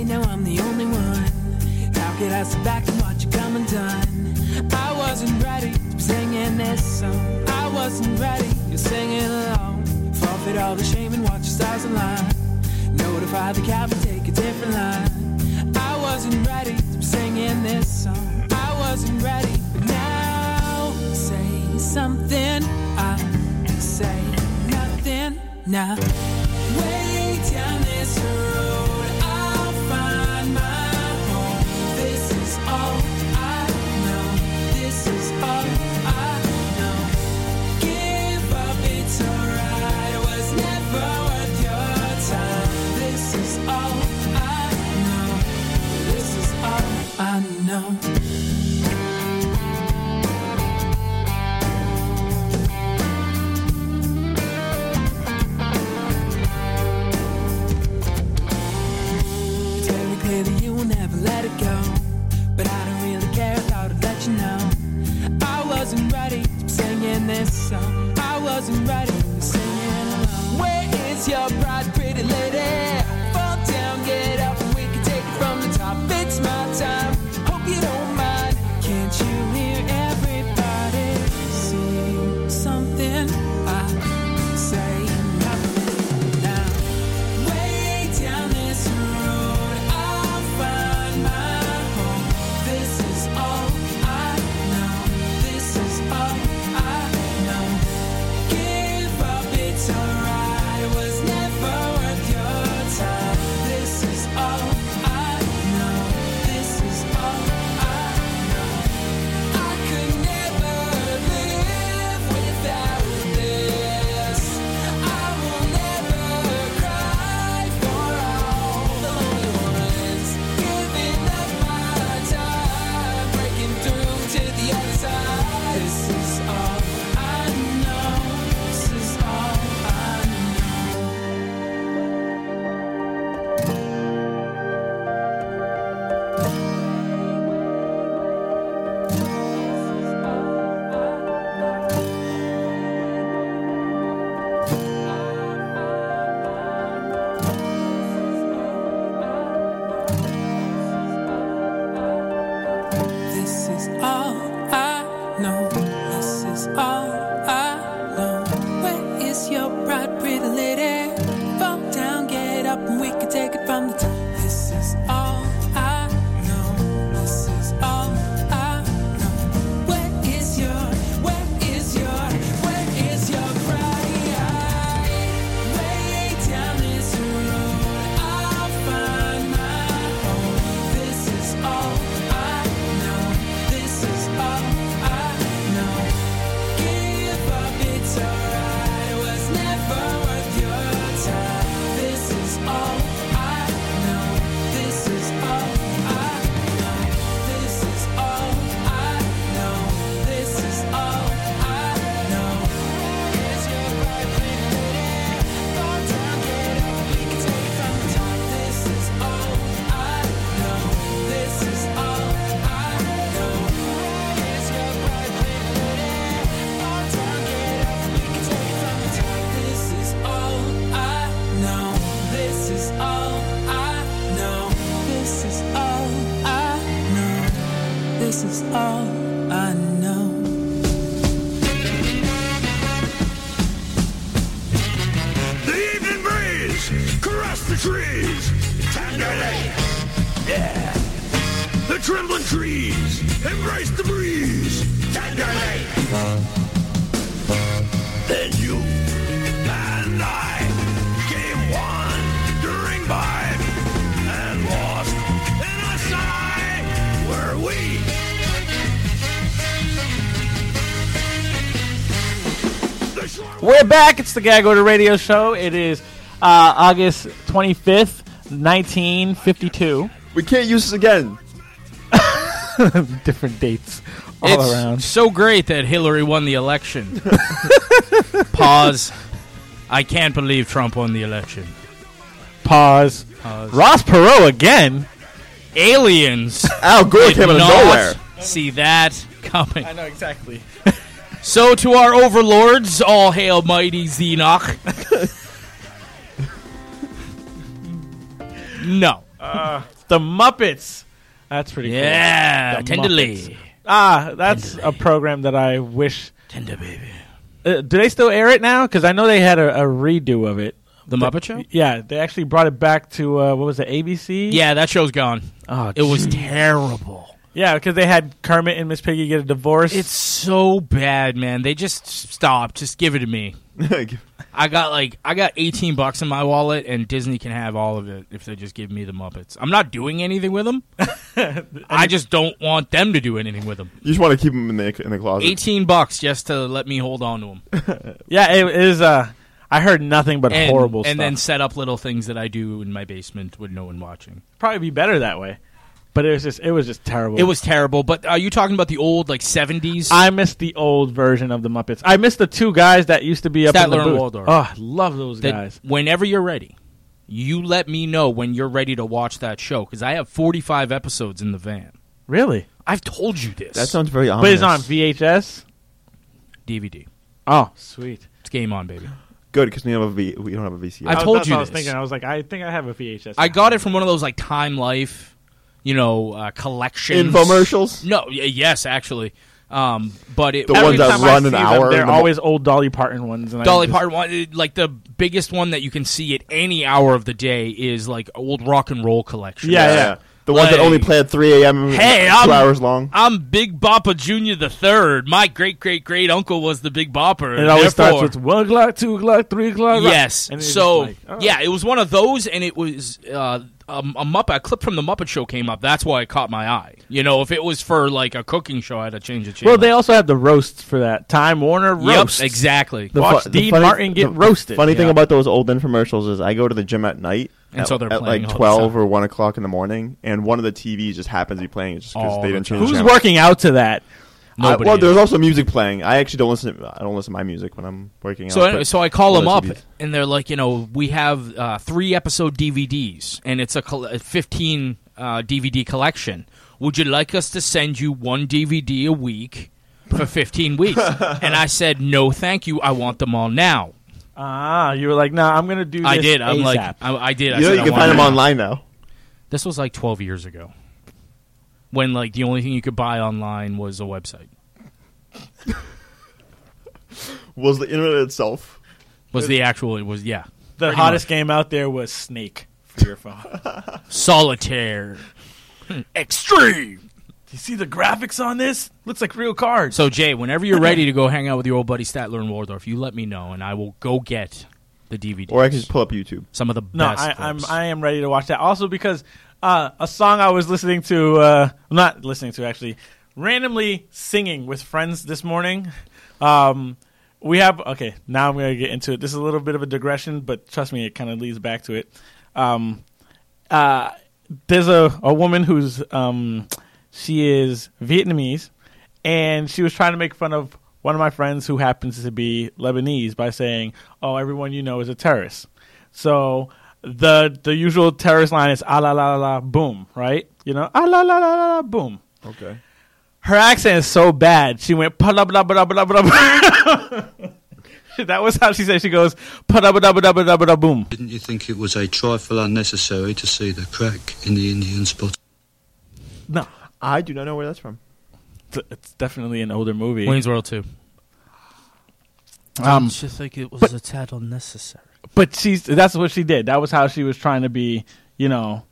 now I'm the only one. How could I sit back and watch it come undone? I wasn't ready to be singing this song. I wasn't ready to sing it alone. Forfeit all the shame and watch the stars align. Notify the cab and take a different line. I wasn't ready to be singing this song. I wasn't ready, but now say something. I say nothing now. Way down this road, I'll find my home. This is all I know. This is all I know. Give up, it's alright. Was never worth your time. This is all I know. This is all I know. It's very clear that you will never let it go. But I don't really care, thought I'd let you know. I wasn't ready to be singing this song. I wasn't ready to sing it alone. Where is your pride, pretty lady? Fall down, get up, and we can take it from the top. It's my time. Hope you don't mind. Can't you hear everybody sing something? I say nothing now. Way down this road, I'll find my home. This is all I know. This is all I know. Give up, it's alright. Was never worth your time. This is all I know. This is all I know. I could never live without this. I will never cry for all the ones giving up my time, breaking through to the other side. This is all I know. This is all I know. This is all I know. This is all I know. Where is your bright, pretty lady? Fall down, get up, and we can take it from the top. This is all I know. This is all I know. Where is your, where is your, where is your bright eye? Way down this road, I'll find my home. This is all I know. This is all I know. Give up, it's alright. Was never worth your time. This is all I know. This is all I know. This is all I know. This is all I know. Here's your bright red lady. Fall down, get up. We can take it from the top. This is all I know. This is all I know. Here's your bright red lady. Fall down, get up. We can take it from the top. This is all I know. This is all I know. This is all I know. This is all I know. The evening breeze caressed the trees tenderly. Yeah. The trembling trees embraced the breeze tenderly. Then you and I came wandering by and lost in a sigh were we. We're back. It's the Gag Order Radio Show. It is uh, August 25th, 1952. We can't use this again. Different dates all it's around. so great that Hillary won the election. Pause. I can't believe Trump won the election. Pause. Ross Perot again. Aliens. Al Gore Did came out of not nowhere. See that coming. know exactly. So to our overlords, all hail mighty Zenoch. no. The Muppets. That's pretty cool. Yeah, The tenderly. Muppets. Ah, that's a program that I wish. Tender baby. Uh, do they still air it now? Because I know they had a, a redo of it. The Muppet Show? Yeah, they actually brought it back to uh, what was it, ABC? Yeah, that show's gone. Oh, it was jeez. terrible. Yeah, because they had Kermit and Miss Piggy get a divorce. It's so bad, man. They just stop. Just give it to me. I got like I got 18 bucks in my wallet, and Disney can have all of it if they just give me the Muppets. I'm not doing anything with them. I just don't want them to do anything with them. You just want to keep them in the in the closet. 18 bucks just to let me hold on to them. yeah, it is. Uh, I heard nothing but and, horrible and stuff. then set up little things that I do in my basement with no one watching. probably be better that way. But it was just it was just terrible. It was terrible. But are you talking about the old like 70s? I missed the old version of the Muppets. I missed the two guys that used to be up in the Statler and booth. Waldorf. Oh, I love those that guys. Whenever you're ready, you let me know when you're ready to watch that show because I have 45 episodes in the van. Really? I've told you this. That sounds very But it's on ominous. VHS. DVD. Oh, sweet. It's game on, baby. Good because we don't have a v- we don't have a VCR. I told that's you what I was this. thinking. I was like, I think I have a VHS. I got it from one of those like Time Life, you know, uh, collections. Infomercials? No, y- yes, actually. Um, but it The every ones that time I run an see hour them, in they're They're the mo- always old Dolly Parton ones. And Dolly I just- Parton, one, uh, like the biggest one that you can see at any hour of the day is like old rock and roll collection. Yeah, yeah. The ones that Like, only play at 3 a.m. Hey, 2 I'm- hours long. I'm Big Bopper Junior the Third. My great great great uncle was the Big Bopper. It always starts therefore- with one o'clock, two o'clock, three o'clock. right? yes. And it's just So like, oh. yeah, it was one of those, and it was uh, a, a Muppet. A clip from the Muppet Show came up. That's why it caught my eye. You know, if it was for like a cooking show, I'd have changed the channel. Well, they also have the roasts for that. Time Warner Yep, roast. exactly. The Watch fu- the Dean funny- Martin get the roasted. Funny thing Yeah. about those old infomercials is I go to the gym at night And at, so they're at playing all like the 12 or 1 o'clock in the morning, and one of the TVs just happens to be playing it just because All they the didn't time. change Who's the channel. working out to that? I- Nobody well, is. there's also music playing. I actually don't listen. To, I don't listen to my music when I'm working So out. anyway, but so I call one them of up, those and they're like, you know, we have uh, three episode DVDs, and it's a, col- a fifteen uh, DVD collection. Would you like us to send you one DVD a week for fifteen weeks? and I said, no, thank you. I want them all now. Ah, you were like, nah, I'm gonna do. This I did. I'm like, ASAP." I, I did. TVs. I You know, said you I can want find them now. online now. This was like twelve years ago, when like the only thing you could buy online was a website. Was the internet itself? Was the actual? It was yeah. the pretty hottest game out there was Snake for your phone. Solitaire. Extreme. you see the graphics on this? Looks like real cards. So Jay, whenever you're ready to go hang out with your old buddy Statler and Waldorf, you let me know, and I will go get the DVD. Or I can just pull up YouTube. some of the no, best. I, I'm clips. I am ready to watch that. Also because uh, a song I was listening to, uh, I'm not listening to actually, randomly singing with friends this morning. Um, we have okay. Now I'm gonna get into it. This is a little bit of a digression, but trust me, it kind of leads back to it. Um, uh, there's a, a woman who's um, she is Vietnamese, and she was trying to make fun of one of my friends who happens to be Lebanese by saying, "Oh, everyone you know is a terrorist." So the the usual terrorist line is "ah la la la la boom," right? You know, "ah la la la la la boom." Okay. Her accent is so bad. She went "pa la blah blah blah blah blah." That was how she said. She goes "pa da ba da ba da ba da ba da boom." Didn't you think it was a trifle unnecessary to see the crack in the Indian spot? No, I do not know where that's from. it's- it's definitely an older movie. Wayne's World Two. Um, just like it was a tad unnecessary. But she's that's what she did. That was how she was trying to be, you know.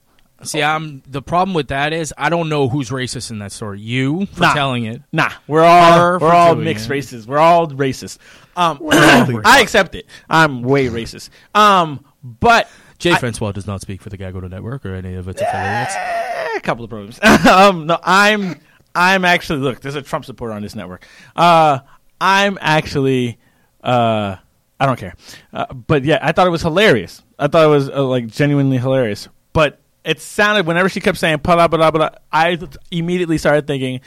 See, I'm the problem with that is I don't know who's racist in that story. You for Nah. telling it. Nah, we're all Her we're for all doing mixed it. races. We're all racist. Um, I accept it. I'm way racist. Um, but Jay I- Francois does not speak for the Gagoda Network or any of its affiliates. a couple of problems. um, no, I'm I'm actually look. There's a Trump supporter on this network. Uh, I'm actually uh, I don't care. Uh, but yeah, I thought it was hilarious. I thought it was uh, like genuinely hilarious. But it sounded whenever she kept saying blah blah blah blah. I th- immediately started thinking.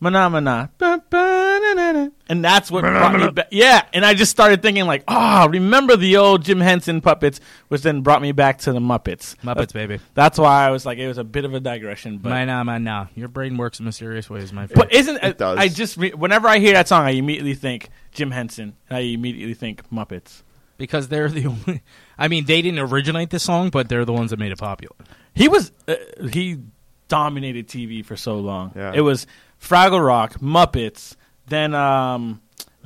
Mana mana, ba, ba, na, na, na. and that's what brought me back. Yeah, and I just started thinking like, oh, remember the old Jim Henson puppets, which then brought me back to the Muppets. Muppets, baby. That's why I was like, it was a bit of a digression, but My nah, my nah. Your brain works in mysterious ways, my friend. but isn't It does. I just re- whenever I hear that song, I immediately think Jim Henson, and I immediately think Muppets. because they're the only. I mean, they didn't originate this song, but they're the ones that made it popular. He was uh, he dominated TV for so long. It was Fraggle Rock, Muppets, then um,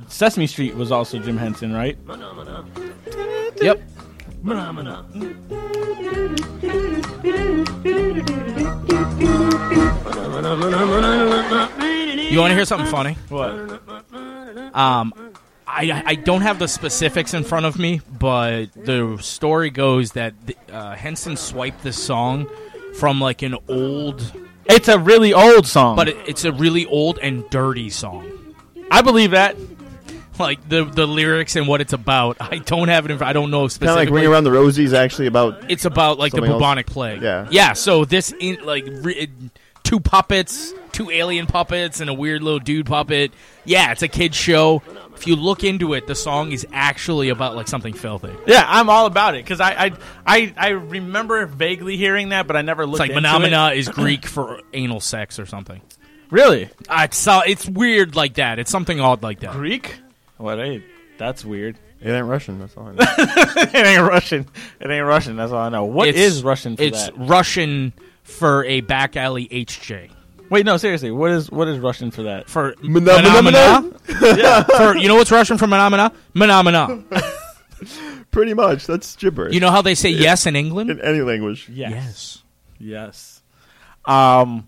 Sesame Street was also Jim Henson, right? Yep. You want to hear something funny? What? Um, I I don't have the specifics in front of me, but the story goes that uh, Henson swiped this song from like an old. It's a really old song, But it, it's a really old and dirty song. I believe that. Like the the lyrics and what it's about. I don't have it. In, fr- I don't know Kind of specifically. like Ring Around the Rosie is actually about It's about like Something the else? bubonic plague. Yeah. yeah. So this in, like re- two puppets, two alien puppets, and a weird little dude puppet. Yeah, it's a kid show. If you look into it, the song is actually about like something filthy. Yeah, I'm all about it because I, I I I remember vaguely hearing that, but I never It's looked. like into menomina it. is Greek for anal sex or something. Really? Uh, it's uh, it's weird like that. It's something odd like that. Greek? What? I, that's weird. It ain't Russian. That's all I know. it ain't Russian. It ain't Russian. That's all I know. What is It's- Russian? For it's that? Russian for a back alley HJ. Wait, no, seriously. What is what is Russian for that? For Menomina? Yeah. For, you know what's Russian for menomina? Menomina. Pretty much. That's gibberish. You know how they say yes in England? In any language. Yes. Yes. Yes. Um,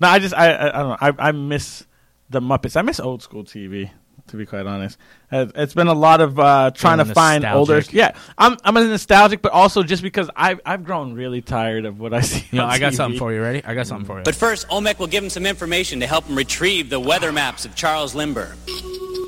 no, I just I I, I don't know. I I miss the Muppets. I miss old school TV. To be quite honest, Uh, it's been a lot of uh, trying Feeling to find older. nostalgic. Yeah, I'm I'm a nostalgic, but also just because I I've grown really tired of what I see. You know, on I got TV. something for you. Ready? I got something for you. But first, Olmec will give him some information to help him retrieve the weather maps of Charles Limber.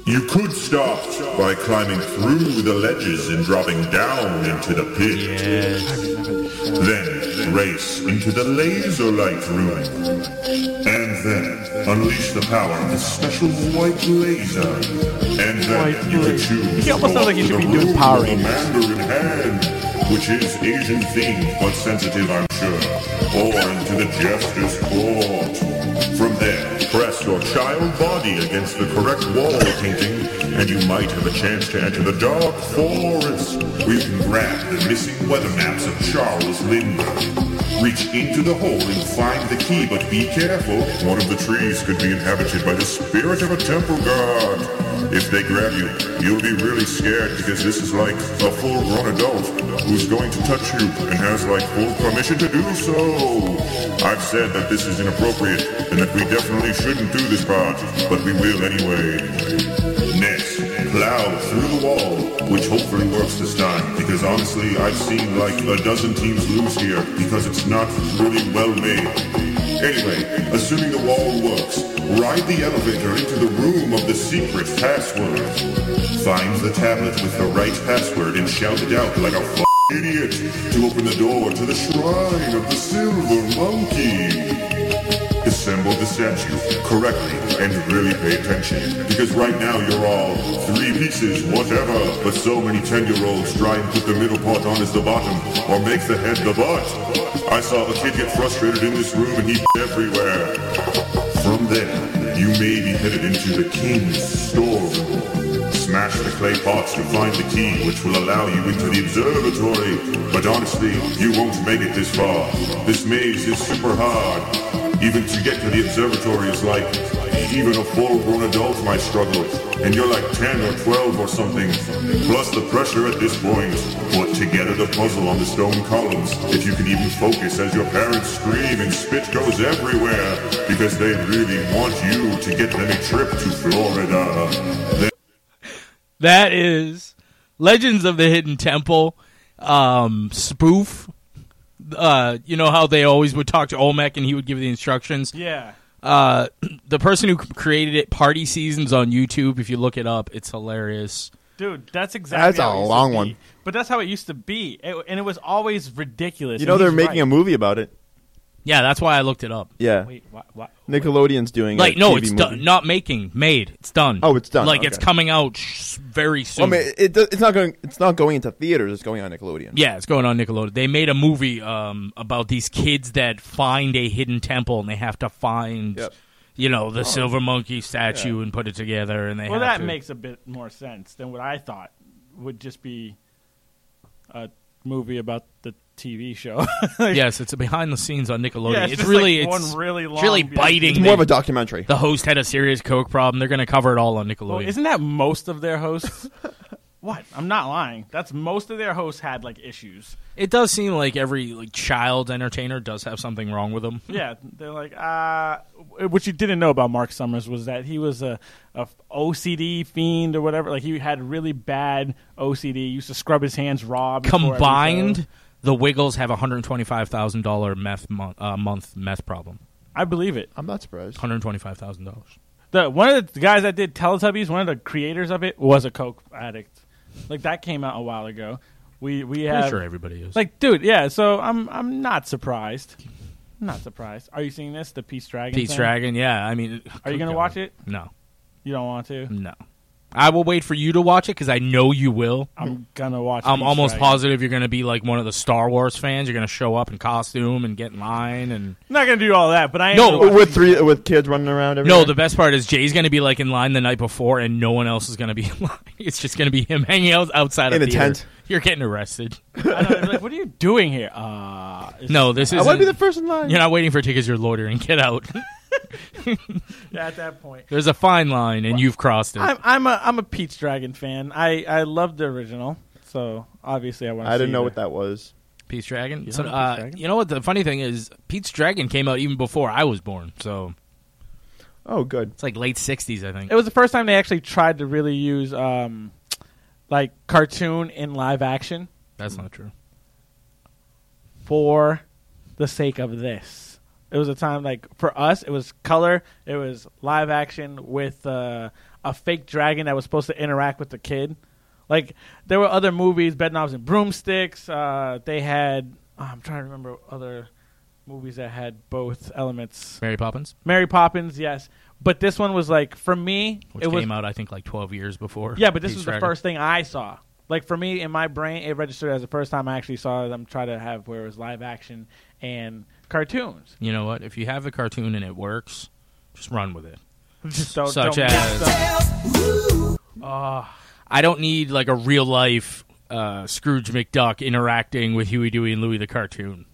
You could start by climbing through the ledges and dropping down into the pit. Then race into the laser light room. And then unleash the power of the special white laser. And then you could choose He almost sounds like he should be doing Power with a Mandarin hand, which is Asian themed but sensitive, I'm sure. Or into the jester's court. From there, press your child body against the correct wall painting, and you might have a chance to enter the dark forest, where you can grab the missing weather maps of Charles Lindbergh. Reach into the hole and find the key, but be careful. One of the trees could be inhabited by the spirit of a temple guard. If they grab you, you'll be really scared because this is like a full-grown adult who's going to touch you and has like full permission to do so. I've said that this is inappropriate and that we definitely shouldn't do this part, but we will anyway. Next, plow through the wall, which hopefully works this time, because honestly, I've seen like a dozen teams lose here because it's not really well made. Anyway, assuming the wall works, ride the elevator into the room of the secret password. Find the tablet with the right password and shout it out like a f- idiot to open the door to the shrine of the silver monkey. Assemble the statue correctly and really pay attention. Because right now you're all three pieces, whatever. But so many 10-year-olds try and put the middle part on as the bottom or make the head the butt. I saw a kid get frustrated in this room and he everywhere. From there, you may be headed into the king's storeroom. Smash the clay pots to find the key, which will allow you into the observatory. But honestly, you won't make it this far. This maze is super hard. Even to get to the observatory is like, even a full-grown adult might struggle. And you're like 10 or 12 or something. Plus the pressure at this point. Put together the puzzle on the stone columns. If you can even focus as your parents scream and spit goes everywhere. Because they really want you to get them a trip to Florida. Then That is Legends of the Hidden Temple um, spoof. Uh, you know how they always would talk to Olmec and he would give the instructions. Yeah. Uh, the person who created it, Party Seasons on YouTube. If you look it up, it's hilarious. Dude, that's exactly. That's a how it used to long be. one. But that's how it used to be, It- and it was always ridiculous. You know and they're he's making right. a movie about it. Yeah, that's why I looked it up. Yeah. Wait, wha- wha- Nickelodeon's doing Like, a no, TV it's movie. done. Not making, made. It's done. Oh, it's done. Like it's Okay. coming out sh- very soon. Well, I mean, it, it's not going. It's not going into theaters. It's going on Nickelodeon. Yeah, it's going on Nickelodeon. They made a movie um, about these kids that find a hidden temple and they have to find, you know, the Oh. silver monkey statue and put it together. And they Well, have that to- makes a bit more sense than what I thought. would just be a movie about the TV show. yes, it's a behind the scenes on Nickelodeon. Yeah, it's, it's just really like one it's really it's really long- biting. It's more of a documentary. The host had a serious coke problem. They're going to cover it all on Nickelodeon. Well, isn't that most of their hosts? what? I'm not lying. That's most of their hosts had like issues. it does seem like every like child entertainer does have something wrong with them. Yeah, they're like, uh, what you didn't know about Mark Summers was that he was a, a OCD fiend or whatever. Like he had really bad OCD. He used to scrub his hands raw. before every show. Combined, the Wiggles have a hundred twenty five thousand dollar meth month, uh, month meth problem. I believe it. I'm not surprised. One hundred twenty five thousand dollars. The one of the guys that did Teletubbies, one of the creators of it, was a coke addict. Like that came out a while ago. We we Pretty have sure everybody is. Like, dude, yeah. So I'm I'm not surprised. Not surprised. Are you seeing this? The Peace Dragon. Pete's thing? Dragon. Yeah, I mean, Are you gonna watch it? No, You don't want to. no. I will wait for you to watch it because I know you will. I'm gonna watch. I'm Pete's almost Dragon. positive you're going to be like one of the Star Wars fans. You're going to show up in costume and get in line and I'm not gonna do all that, but I am gonna watch with three with kids running around. Everywhere. No, the best part is Jay's going to be like in line the night before, and no one else is going to be in line. It's just going to be him hanging out outside In of a theater. tent. You're getting arrested. I know, like, what are you doing here? Uh, it's- No, this is. first in line. You're not waiting for tickets. You're loitering. Get out. at that point. There's a fine line, and you've crossed it. I'm I'm a I'm a Pete's Dragon fan. I I loved the original, so obviously I want. I didn't know what that was. Pete's Dragon. You So, know uh, Pete's Dragon? you know what? The funny thing is, Pete's Dragon came out even before I was born. So Oh, good. it's like late '60s, I think. It was the first time they actually tried to really use um, like cartoon in live action That's not true. for the sake of this. It was a time like for us, it was color, it was live action with uh, a fake dragon that was supposed to interact with the kid. Like there were other movies, Bedknobs and Broomsticks. Uh, they had oh, I'm trying to remember other movies that had both elements. Mary Poppins, Mary Poppins, yes. But this one was like for me, which it was came out I think like 12 years before. yeah, but this Pete's was the Dragon. first thing I saw. Like for me, in my brain, it registered as the first time I actually saw them try to have where it was live action and cartoons. You know what? If you have the cartoon and it works, just run with it. Just don't, Such don't as- Oh, I don't need like a real life uh, Scrooge McDuck interacting with Huey, Dewey, and Louie the cartoon.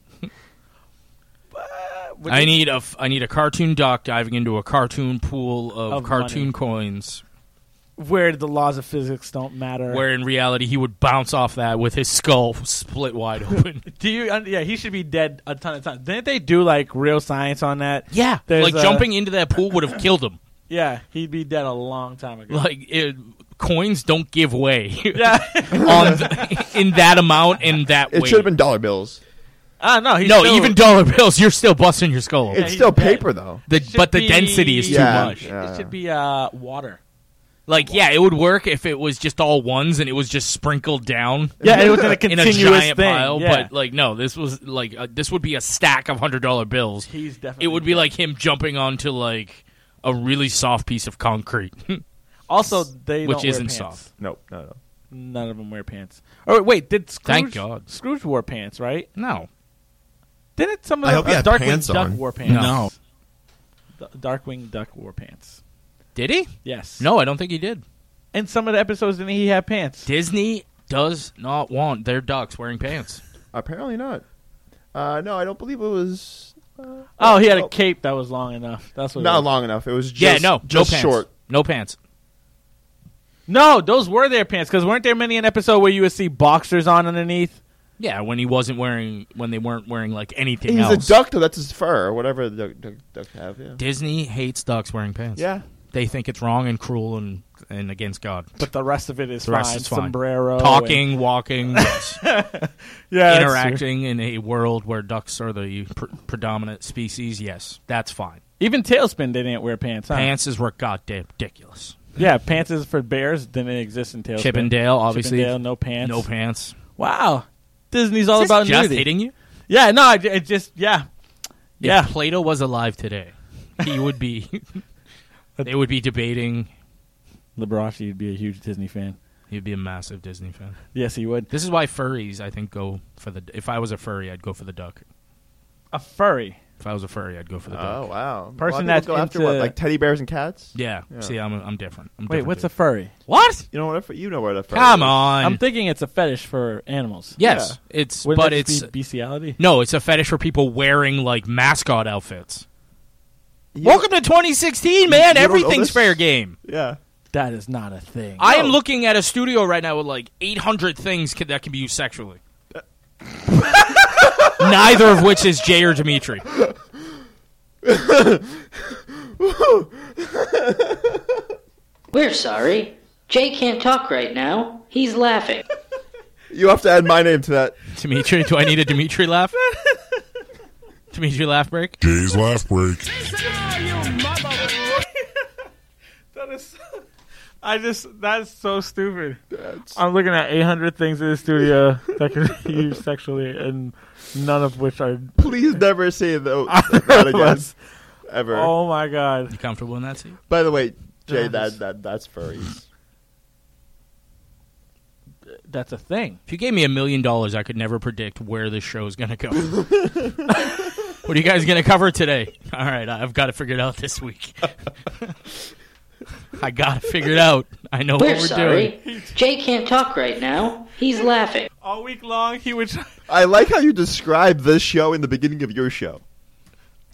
I need a f- I need a cartoon duck diving into a cartoon pool of, Of cartoon money. coins, where the laws of physics don't matter. where in reality he would bounce off that with his skull split wide open. do you? uh, yeah, he should be dead a ton of times. Didn't they do like real science on that? yeah, There's like a- jumping into that pool would have killed him. Yeah, he'd be dead a long time ago. Like it, coins don't give way yeah, on th- in that amount and that It weight. should have been dollar bills. I don't know. He's no, Ah, still- even dollar bills, you're still busting your skull. open. it's still paper though. The, should but the be- density is too Yeah, much. yeah. It should be uh, water. Like, yeah, it would work if it was just all ones and it was just sprinkled down. Yeah, it was in a In a continuous giant thing. pile, yeah. but like no, this was like uh, this would be a stack of hundred dollar bills. he's definitely It would be like him jumping onto like a really soft piece of concrete, Also, they which don't wear isn't pants. soft. No, no, no. None of them wear pants. Oh wait, did Scrooge? Thank God. Scrooge wore pants, right? No, Didn't some of I the hope he uh, had Darkwing pants Duck on. wore pants? No. D- Darkwing Duck wore pants. did he? Yes. No, I don't think he did. In some of the episodes, didn't he have pants? Disney does not want their ducks wearing pants. Apparently not. Uh, no, I don't believe it was. Uh, Oh, he had oh, a cape that was long enough. That's what. it Not was. long enough. It was just yeah, no, just no pants. short. no pants. No, those were their pants. Because weren't there many an episode where you would see boxers on underneath? Yeah, when he wasn't wearing, when they weren't wearing like anything He's else. a duck though. That's his fur or whatever the duck, duck, duck have. Yeah. Disney hates ducks wearing pants. Yeah. They think it's wrong and cruel and, and against God. But the rest of it is The fine. rest is fine. Sombrero, and- Talking, walking, yes. yeah, that's true. interacting in a world where ducks are the pr- predominant species, yes, that's fine. Even Tailspin, they didn't wear pants. Huh? Pants is where goddamn ridiculous. Yeah, pants is for bears. Didn't exist in Tailspin. Chippendale, obviously. Chippendale, no pants. No pants. Wow, Disney's all Is this about just nudity. hitting you? Yeah, no, it, it just yeah, yeah. If Plato was alive today, he would be. they would be debating. Liberace would be a huge Disney fan. He'd be a massive Disney fan. Yes, he would. This is why furries, I think, go for the. If I was a furry, I'd go for the duck. A furry. If I was a furry, I'd go for the duck. Oh, wow. A lot of Person people that's go after what, into- like teddy bears and cats. Yeah. See, I'm I'm different. I'm Wait, different what's dude. a furry? What? You know what? A, fur- you know what a furry. Come is. on. I'm thinking it's a fetish for animals. Yes, it's Wouldn't but that it's just be bestiality. No, it's a fetish for people wearing like mascot outfits. Welcome to 2016, man. you don't know Everything's this? fair game. Yeah, that is not a thing. I am looking at a studio right now with like 800 things ca- that can be used sexually. Neither of which is Jay or Dimitri. We're sorry. Jay can't talk right now. He's laughing. You have to add my name to that. Dimitri, do I need a Dimitri laugh? Dimitri laugh break? Jay's laugh break. that is. I just that's so stupid. I'm looking at 800 things in the studio that can be used sexually, and none of which are Please never say tho- that again. was- Ever. Oh my god! You comfortable in that seat? By the way, Jay, Nice. that, that that's furries. That's a thing. If you gave me a million dollars, I could never predict where this show is going to go. what are you guys going to cover today? All right, I've got it figured out this week. I got it figured out. I know we're what we're sorry. doing. Jay can't talk right now. He's laughing. All week long, he would. I like how you describe this show in the beginning of your show.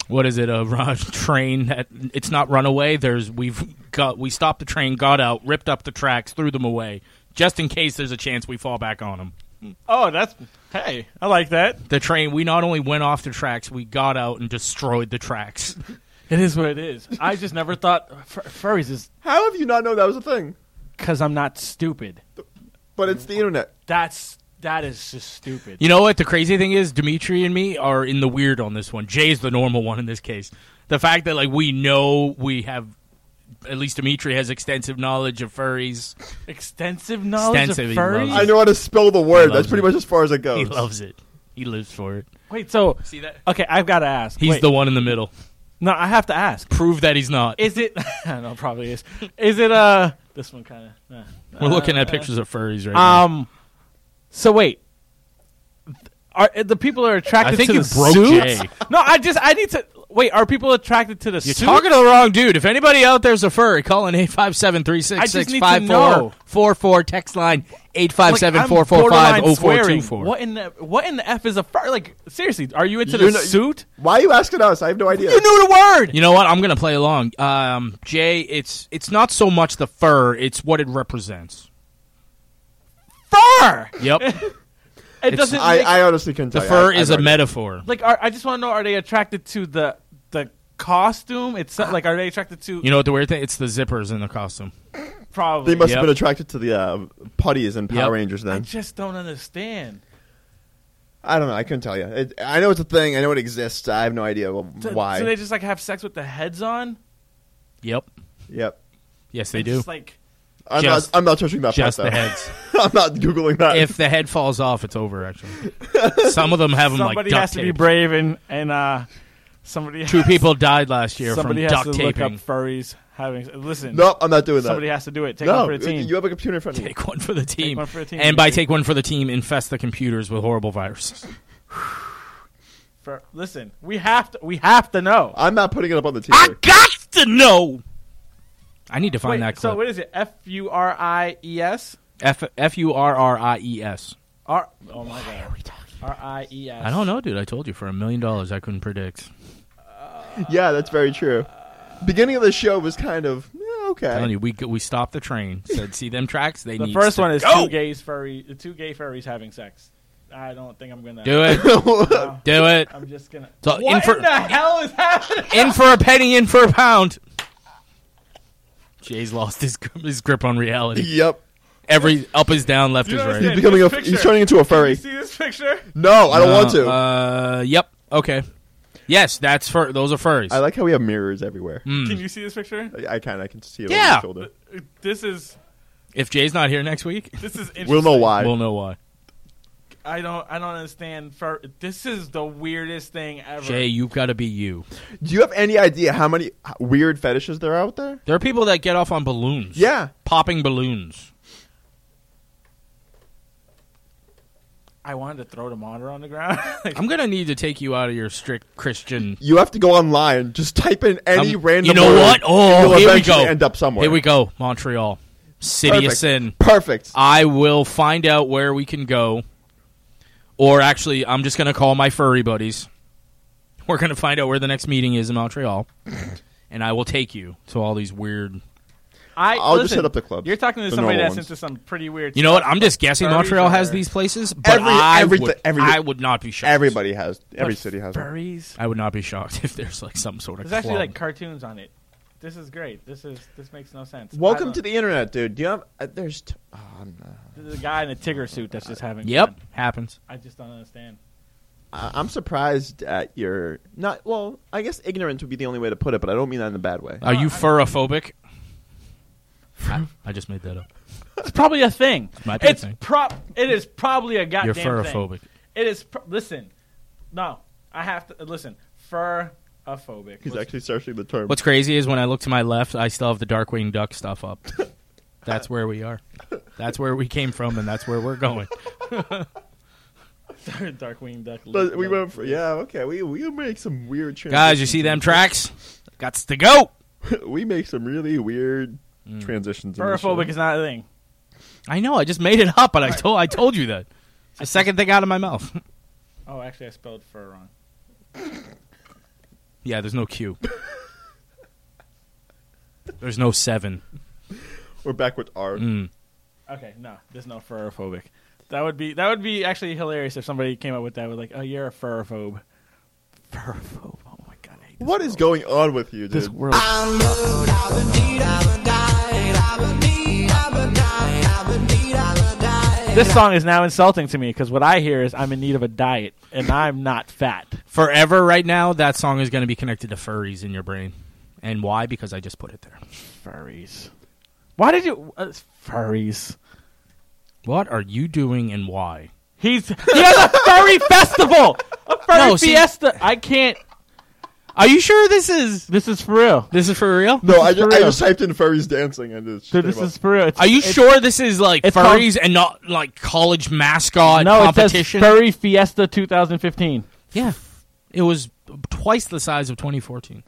What is it? A ru- train that it's not runaway. There's we've got we stopped the train, got out, ripped up the tracks, threw them away, just in case there's a chance we fall back on them. Oh, that's hey, I like that. The train. We not only went off the tracks, we got out and destroyed the tracks. It is what it is. I just never thought fur- furries is How have you not known that was a thing? because I'm not stupid. But it's the internet. That's that is just stupid. You know what the crazy thing is? Dimitri and me are in the weird on this one. Jay's the normal one in this case. The fact that like we know we have at least Dimitri has extensive knowledge of furries. Extensive knowledge Extensive, of he furries. loves I know how to spell the word. loves That's pretty it. much as far as it goes. He loves it. He lives for it. Wait, so See that? okay, I've got to ask. He's Wait, the one in the middle. no. I have to ask. Prove that he's not. Is it? no, probably is. Is it? Uh, this one kind of. We're looking at pictures of furries right now. Um. So wait. Are the people are attracted I think to you the broke suits? Jay. No, I just I need to wait. Are people attracted to the You're suit? talking to the wrong dude. If anybody out there's a furry, call in I just need to 857-366-5444. Text line Like, I'm borderline swearing. 857-445-0424. What in the what in the f is a fur? Like seriously, are you into You're the not- suit? Why are you asking us? I have no idea. You knew the word. You know what? I'm gonna play along. Um, Jay, it's it's not so much the fur; it's what it represents. Fur. Yep, It doesn't. I, make- I honestly couldn't the tell you. fur I- is I've a already- metaphor. like are, I just want to know: Are they attracted to the the costume? It's not- like are they attracted to You know what the weird thing? It's the zippers in the costume. probably? They must Yep. have been attracted to the uh, putties and Power Yep. Rangers I then. just don't understand. I don't know. I couldn't tell you. It, I know it's a thing. I know it exists. I have no idea wh- So, why. So they just like have sex with the heads on? Yep. yep. Yes, they do. Just like I'm, Just- not, I'm not touching that just part, the though. heads. I'm not Googling that. if the head falls off, it's over. Actually, some of them have them like somebody duct has to be taped. brave and and uh somebody Two has, people died last year from somebody has duct to look taping. up furries having listen. no, I'm not doing that. somebody has to do it. Take no, one for the team. you have a computer in front of you. Take one for the team, one for the team, and by Dimitri. take one for the team, infest the computers with horrible viruses. Fur- listen, we have to we have to know. I'm not putting it up on the I TV. got to know. I need to find Wait, that so clip. what is it? F U R I E S F F U R R I E S. R Oh my god. R I E S. I don't know, dude. I told you for a million dollars, I couldn't predict. yeah, that's very true. Beginning of the show was kind of yeah, Telling okay. you, we we stopped the train. Said, see them tracks? They The need first to one is go. two gays furry two gay furries having sex. I don't think I'm gonna Do it, No, do it. I'm just gonna So What in for in the hell is happening? in for a penny, in for a pound. Jay's lost his gr- his grip on reality. yep. Every up is down, left You is don't right. He's understand. becoming a. Picture. He's turning into a You furry. see this picture? No, I don't want Uh, to. Uh, yep. Okay. Yes, that's fur. Those are furries. I like how we have mirrors everywhere. Can you see this picture? I, I can. I can see it. Hmm. Yeah. Over your shoulder. This is if Jay's not here next week, this is interesting. We'll know why. we'll know why. I don't I don't understand. Fur- this is the weirdest thing ever. Jay, you've got to be you. Do you have any idea how many weird fetishes there are out there? There are people that get off on balloons. Yeah. popping balloons. I wanted to throw the monitor on the ground. I'm gonna need to take you out of your strict Christian. You have to go online. Just type in any Um, random. You know word, what? and Oh, you'll here we go. eventually End up somewhere. Here we go. Montreal, city Perfect. of sin. Perfect. I will find out where we can go, or actually, I'm just gonna call my furry buddies. We're gonna find out where the next meeting is in Montreal, and I will take you to all these weird. I I'll just listen, hit up the club. You're talking to The somebody normal that's ones. into some pretty weird. You know what? stuff, I'm like just guessing furries Montreal has or- these places, but I every- would, every- I would not be shocked. Everybody has. Every What, city has. furries? I would not be shocked if there's like some sort of. There's actually club. like cartoons on it. This is great. This is this makes no sense. Welcome I to don't- the internet, dude. Do you have? Uh, there's. T- oh, I'm, uh, There's a guy in a tigger suit that's just having. Yep, fun. happens. I just don't understand. I- I'm surprised at your not. Well, I guess ignorance would be the only way to put it, but I don't mean that in a bad way. Are you Uh, furophobic? I, I just made that up. It's probably a thing. Might be a It's thing. prop. It is probably a goddamn. You're thing. furophobic. It is. Pr- listen, no, I have to listen. Fur phobic. He's actually searching the term. What's crazy is when I look to my left, I still have the Darkwing Duck stuff up. That's where we are. That's where we came from, and that's where we're going. Darkwing Duck. But we went for yeah. Okay, we we make some weird Guys, you see them tracks? Got to go. we make some really weird Mm. transitions. in this Furphobic show. is not a thing. I know. I just made it up, but I told I told you that. It's the second thing out of my mouth. Oh, actually, I spelled fur wrong. Yeah, there's no Q. There's no seven. We're back with R. Mm. Okay, no, there's no furphobic. That would be that would be actually hilarious if somebody came up with that. With like, oh, you're a furphobe. Furphobe. Oh my god. I hate What is going on with you, dude? This world. This song is now insulting to me because what I hear is I'm in need of a diet and I'm not fat. Forever, right now, that song is going to be connected to furries in your brain, and why? Because I just put it there. Furries. Why did you uh, furries? What are you doing, and why? He's he has a furry festival, a furry No, see- fiesta. I can't. Are you sure this is this is for real? This is for real? No, I This just, is for I real. just typed in furries dancing and it's Dude, this is for real. It's- Are you it's- sure this is like it's furries called- and not like college mascot no, it says competition? Furry Fiesta 2015. yeah, it was twice the size of 2014.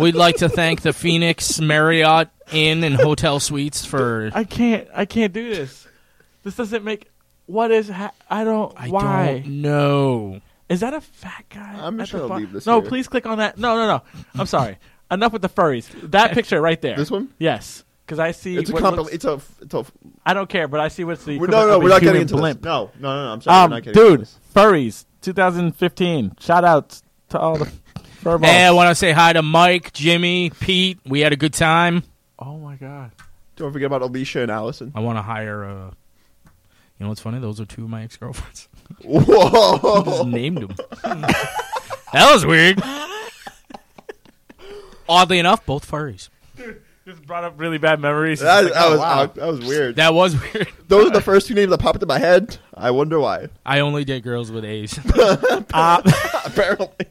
We'd like to thank the Phoenix Marriott Inn and Hotel Suites for. I can't. I can't do this. This doesn't make. What is? Ha- I don't. I why? don't know. Is that a fat guy? I'm at just gonna the fu- leave this No, here. please click on that. No, no, no. I'm sorry. Enough with the furries. That picture right there. This one? Yes, because I see. It's a what compli- looks- it's a it's a I don't care, but I see what's the. We're- no, equivalent no, of a we're not getting human into blimp. this. No, no, no, no, I'm sorry, we're Um, not getting into dude, this. furries 2015. Shout out to all the furballs. Hey, I want to say hi to Mike, Jimmy, Pete. We had a good time. oh my god. Don't forget about Alicia and Allison. I want to hire. Uh, you know what's funny? Those are two of my ex girlfriends. Whoa! just named them. that was weird. Oddly enough, both furries. This brought up really bad memories. That, It's like, that oh, was wow. uh, that was weird. That was weird. Those are the first two names that popped in my head. I wonder why. I only date girls with A's. Apparently,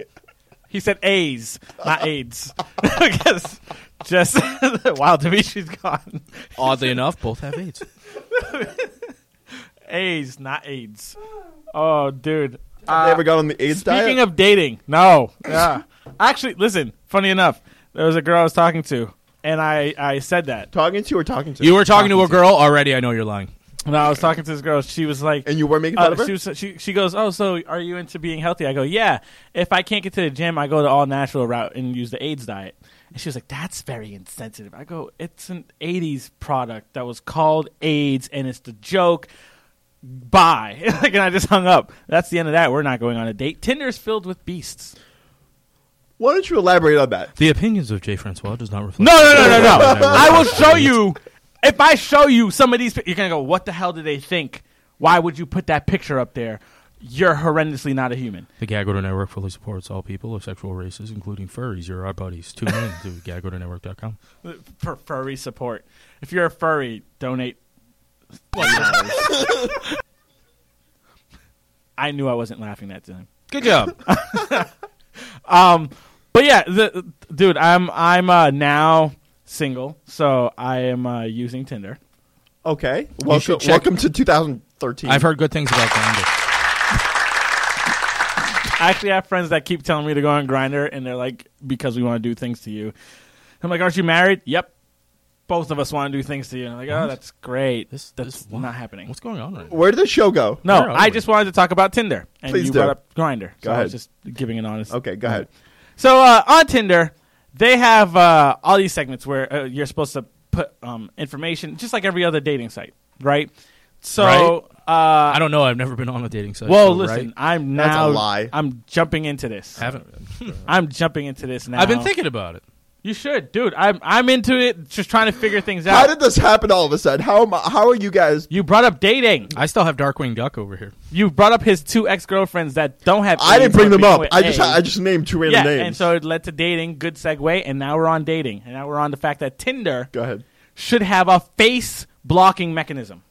He said A's, not AIDS. Because just wow, Dimitri's gone. Oddly enough, both have AIDS. A's, not AIDS. Oh, dude. Have they Uh, ever gone on the AIDS speaking diet? of dating, no. Yeah. Actually, listen. Funny enough, there was a girl I was talking to, and I I said that. talking to or talking to You were talking to a girl already. I know you're lying. No, I was talking to this girl. She was like, and you were making uh, fun of her. she, was, she she goes, oh, so are you into being healthy? I go, yeah. If I can't get to the gym, I go the all natural route and use the AIDS diet. And she was like, that's very insensitive. I go, it's an '80s product that was called AIDS, and it's the joke. Bye. like, and I just hung up. That's the end of that. We're not going on a date. Tinder's filled with beasts. Why don't you elaborate on that? The opinions of Jay Francois does not reflect. No, no, no, no, no. I will show you. If I show you some of these, pi- you're gonna go, "What the hell did they think? Why would you put that picture up there? You're horrendously not a human." The Gag Order Network fully supports all people of sexual races, including furries. You're our buddies. Tune in to gagordernetwork.com. For furry support, if you're a furry, donate. I knew I wasn't laughing that time. Good job. Um, but yeah, the, dude, I'm I'm uh, now single, so I am uh, using Tinder. Okay, should welcome, check- welcome to 2013. thirteen. I've heard good things about Grindr. I actually have friends that keep telling me to go on Grinder, and they're like, because we want to do things to you. I'm like, aren't you married? Yep. Both of us want to do things to you. And I'm like, oh, What? that's great. This, that's not happening. What's going on right Where did the show go? No, I just wanted to talk about Tinder, and Please you do. brought up Grinder. Go so I ahead. was just giving an honest. Okay, go ahead. So uh, on Tinder, they have uh, all these segments where uh, you're supposed to put um, information, just like every other dating site, right? So Right. Uh, I don't know. I've never been on a dating site. Well, so, listen, right? I'm That's a now. lie. I'm jumping into this. I haven't. I'm jumping into this now. I've been thinking about it. You should, dude. I'm I'm into it. Just trying to figure things out. How did this happen all of a sudden? How am I, how are you guys? You brought up dating. I still have Darkwing Duck over here. you brought up his two ex girlfriends that don't have. I didn't AIDS, bring but them up. begin with I just A. I just named two random yeah, names. and so it led to dating. Good segue, and now we're on dating, and now we're on the fact that Tinder go ahead should have a face blocking mechanism.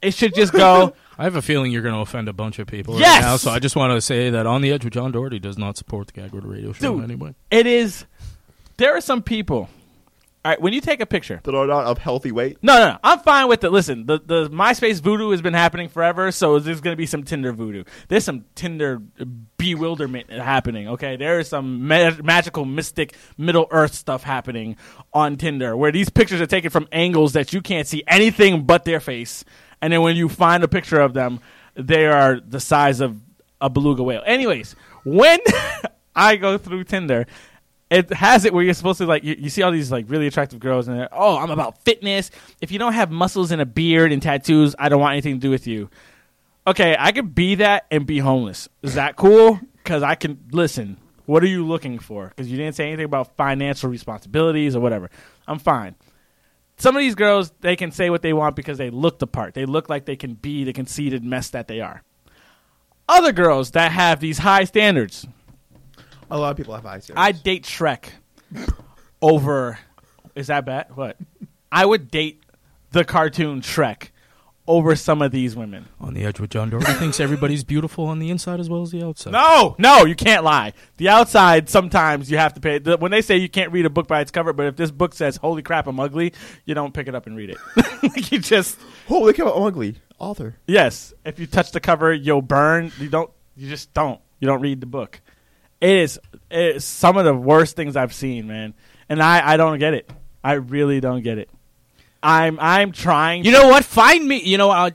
It should just go. I have a feeling you're going to offend a bunch of people right Yes! now, so I just want to say that On the Edge with John Doherty does not support the Gagwood Radio Show Dude. in any way. It is. There are some people. All right, when you take a picture that are not of healthy weight. No, no, no. I'm fine with it. Listen, the, the MySpace voodoo has been happening forever, so there's going to be some Tinder voodoo. There's some Tinder bewilderment happening, okay? There is some ma- magical, mystic, Middle Earth stuff happening on Tinder where these pictures are taken from angles that you can't see anything but their face. And then when you find a picture of them, they are the size of a beluga whale. Anyways, when I go through Tinder, it has it where you're supposed to like you, you see all these like really attractive girls and they're oh I'm about fitness. If you don't have muscles and a beard and tattoos, I don't want anything to do with you. Okay, I could be that and be homeless. Is that cool? Because I can listen. What are you looking for? Because you didn't say anything about financial responsibilities or whatever. I'm fine some of these girls they can say what they want because they look the part. They look like they can be the conceited mess that they are. Other girls that have these high standards. A lot of people have high standards. I date Shrek over is that bad? What? I would date the cartoon Shrek over some of these women. On the Edge with John Doherty thinks everybody's beautiful on the inside as well as the outside. No, no, you can't lie. The outside, sometimes you have to pay. The, when they say you can't read a book by its cover, but if this book says "Holy crap, I'm ugly," you don't pick it up and read it. you just holy crap, I'm ugly. Author. Yes, if you touch the cover, you'll burn. You don't. You just don't. You don't read the book. It is, it is some of the worst things I've seen, man. And I, I don't get it. I really don't get it. I'm I'm trying. You know what? Find me. You know, I,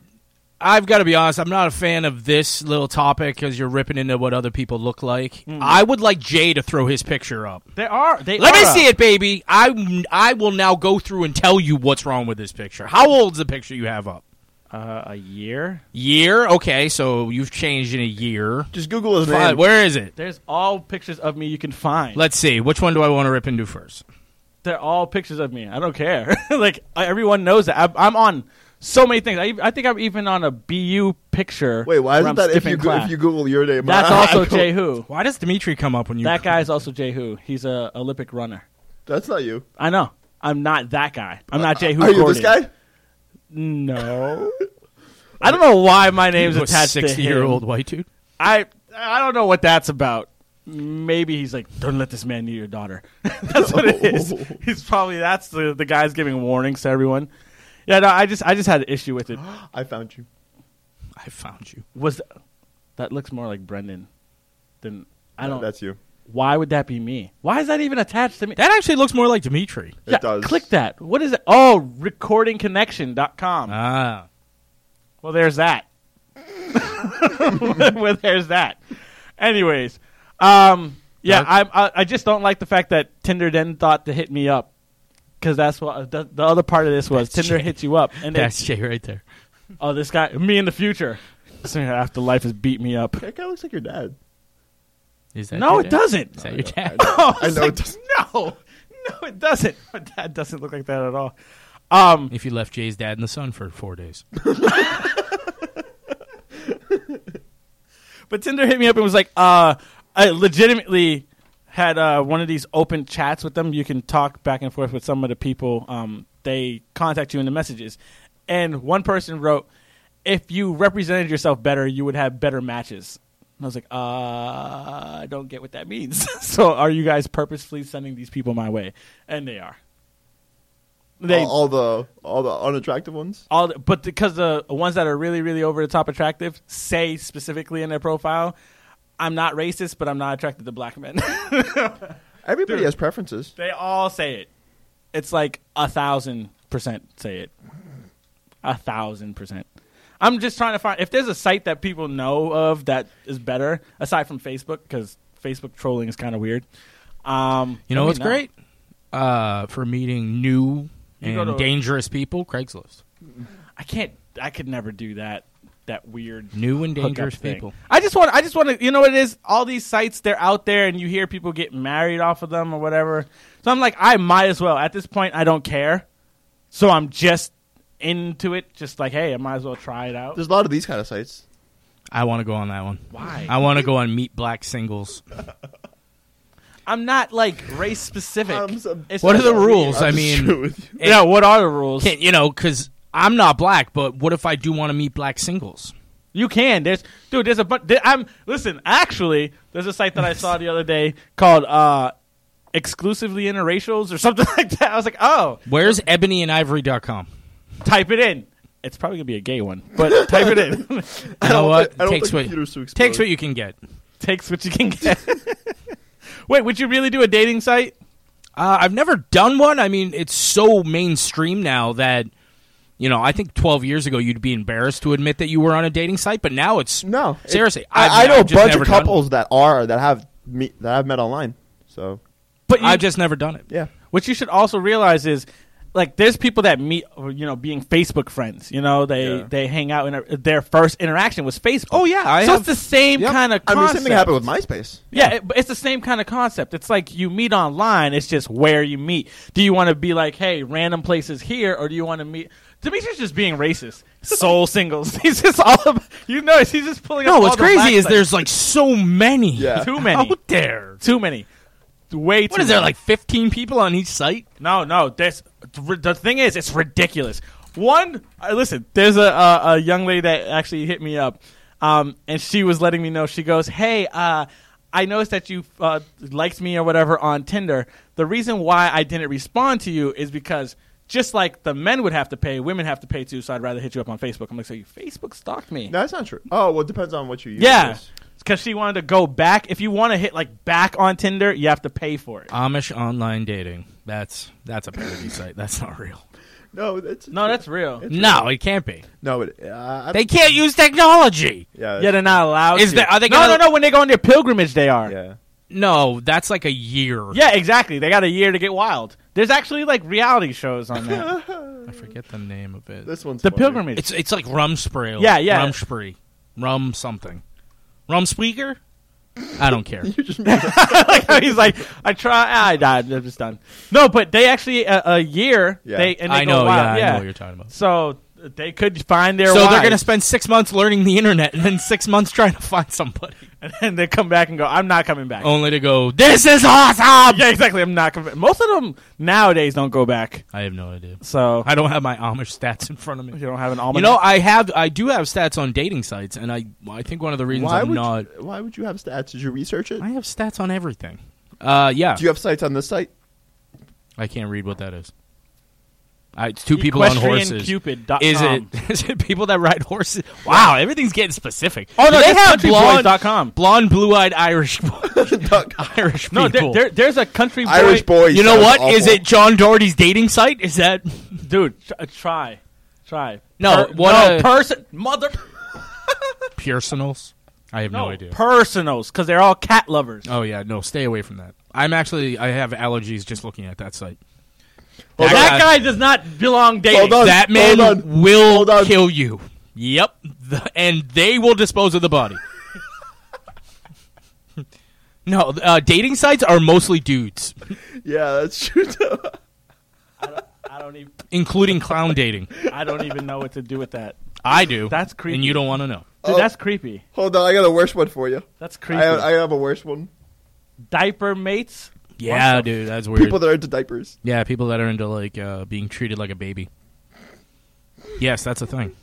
I've got to be honest. I'm not a fan of this little topic because you're ripping into what other people look like. Mm-hmm. I would like Jay to throw his picture up. There are. They Let me are see up. it, baby. I I will now go through and tell you what's wrong with this picture. How old's the picture you have up? Uh, a year. Year. Okay, so you've changed in a year. Just Google his Fine, name. Where is it? There's all pictures of me you can find. Let's see. Which one do I want to rip into first? They're all pictures of me. I don't care. like I- everyone knoes that I'm, I'm on so many things. I, I think I'm even on a BU picture. Wait, why where isn't I'm that if skipping you, go, class. if you Google your name? That's I also don't- Jehu. Why does Dimitri come up when you? That guy is also Jehu. He's a Olympic runner. That's not you. I know. I'm not that guy. I'm not Jehu. Are you this guy? No. I don't know why my name's You a attached to him. 60-year-old white dude? I I don't know what that's about. Maybe he's like, don't let this man near your daughter. that's what it is. He's probably that's the the guy's giving warnings to everyone. Yeah, no, I just I just had an issue with it. I found you. I found you. Was that looks more like Brendan than I No, don't. that's you. Why would that be me? Why is that even attached to me? That actually looks more like Dimitri. Yeah, Click that. What is it? Oh, recordingconnection.com. Ah. Well, there's that. well, there's that. Anyways, um, yeah, I, I I just don't like the fact that Tinder then thought to hit me up because that's what the, the other part of this was. That's Tinder Jay. hits you up, and That's it's, Jay right there. oh, this guy, me in the future. So After life has beat me up. That guy looks like your dad. Is that no, your it dad? doesn't. Is that your dad? Oh, I I was know like, it No, no, it doesn't. My dad doesn't look like that at all. Um, if you left Jay's dad in the sun for four days, But Tinder hit me up and was like, uh, I legitimately had uh, one of these open chats with them. You can talk back and forth with some of the people. Um, they contact you in the messages. And one person wrote, if you represented yourself better, you would have better matches. And I was like, uh, I don't get what that means. so are you guys purposefully sending these people my way? And they are. They- all, all the all the unattractive ones. all the, but because the ones that are really really over the top attractive say specifically in their profile i'm not racist but i'm not attracted to black men Everybody has preferences they all say it it's like a thousand percent say it a thousand percent i'm just trying to find if there's a site that people know of that is better aside from facebook because facebook trolling is kind of weird um, You know let me what's know. great? Uh, for meeting new You go and to- dangerous people, Craigslist. I can't. I could never do that. That weird New and hookup dangerous thing. people. I just want. I just want to. You know what it is? All these sites they're out there, and you hear people get married off of them or whatever. So I'm like, I might as well. At this point, I don't care. So I'm just into it. Just like, hey, I might as well try it out. There's a lot of these kind of sites. I want to go on that one. Why? I want to go on Meet Black Singles. I'm not like race specific. It's what are just- the rules? I mean, it- yeah. What are the rules? can't- you know, because I'm not black, but what if I do want to meet black singles? You can. There's dude. There's a bunch. There, I'm listen. Actually, there's a site that I saw the other day called uh, exclusively interracials or something like that. I was like, oh, Where's ebonyandivory.com? type it in. It's probably gonna be a gay one, but type it in. You know what? Takes what, takes what you can get. Takes what you can get. Wait, would you really do a dating site? Uh, I've never done one. I mean, it's so mainstream now that you know. I think 12 years ago you'd be embarrassed to admit that you were on a dating site, but now it's no. Seriously, I've- I, I know I've a just bunch never of done couples that are that have me, that I've met online. So But you, I've just never done it. Yeah. What you should also realize is, like, there's people that meet, or, you know, being Facebook friends. You know, they they hang out, and uh, their first interaction was Facebook. Oh yeah, I so have- it's the same Yep. kind of. I Concept. mean, same thing happened with MySpace. Yeah, it- but it's the same kind of concept. It's like you meet online. It's just where you meet. Do you want to be like, hey, random places here, or do you want to meet? Demetrius just being racist. Soul singles. He's just all of you know. He's just pulling. No, up what's all the black crazy is sites. there's like so many. Too many. out there. Too many. Way too What is there many. like 15 people on each site? No, no. There's the thing is, it's ridiculous. One, uh, listen. There's a, a a young lady that actually hit me up, um, and she was letting me know. She goes, "Hey, uh, I noticed that you uh, liked me or whatever on Tinder. The reason why I didn't respond to you is because." Just like the men would have to pay, women have to pay too. So I'd rather hit you up on Facebook. I'm like, so you Facebook stalked me? No, that's not true. Oh, well, it depends on what you use. yeah, because she wanted to go back. If you want to hit like back on Tinder, you have to pay for it. Amish online dating. That's that's a parody site. That's not real. No, that's no, that's real. No, it can't be. No, it, uh, I They don't- can't use technology. Yeah, Yeah, they're not allowed. Is to. that- are they no, gonna- no, no. When they go on their pilgrimage, they are. Yeah. No, that's like a year. exactly. They got a year to get wild. There's actually like reality shows on that. I forget the name of it. This one's the pilgrimage. It's it's like Rumspree. Yeah, yeah. Rumspree. Rum something. Rum speaker? I don't care. like how he's like, I try, ah, I died. I'm just done. No, but they actually uh, a, a year. Yeah. They and they I go know, wild. yeah, I know what you're talking about. So uh, they could find their. so they're wives. going to spend six months learning the internet and then six months trying to find somebody. and then they come back and go, I'm not coming back. Only to go, this is awesome! Yeah, exactly. I'm not. Com- Most of them nowadays don't go back. I have no idea. So I don't have my Amish stats in front of me. You don't have an You almanac. know, I have, I do have stats on dating sites, and I, I think one of the reasons Why I'm would not. you, Why would you have stats? Did you research it? I have stats on everything. Uh, yeah, Do you have sites on this site? I can't read what that is. I, it's two people on horses. EquestrianCupid.com. Is it is it people that ride horses? Wow, everything's getting specific. Oh, no, Do they that's have blonde, countryboys.com. blonde, blue-eyed Irish, Irish No, people. there, there, there's a country boy. Irish boys. You know sounds what? Is awful. it John Doherty's dating site? Is that dude? Tr- uh, try, try. No, Per- what no a- person, mother. personals? I have no, No, idea. personals because they're all cat lovers. oh yeah, no, stay away from that. I'm actually I have allergies just looking at that site. that guy does not belong dating. Hold on. That man Hold on. will Hold on. kill you. Yep, The- and they will dispose of the body. no, uh, dating sites are mostly dudes, Yeah, that's true. Too. I don't even. including clown dating. I don't even know what to do with that. I do. That's creepy. And you don't want to know. Dude, Oh. that's creepy. Hold on, I got a worse one for you. That's creepy. I, I have a worse one. Diaper mates. Yeah, dude, that's weird. People that are into diapers. yeah, people that are into like uh, being treated like a baby. Yes, that's a thing.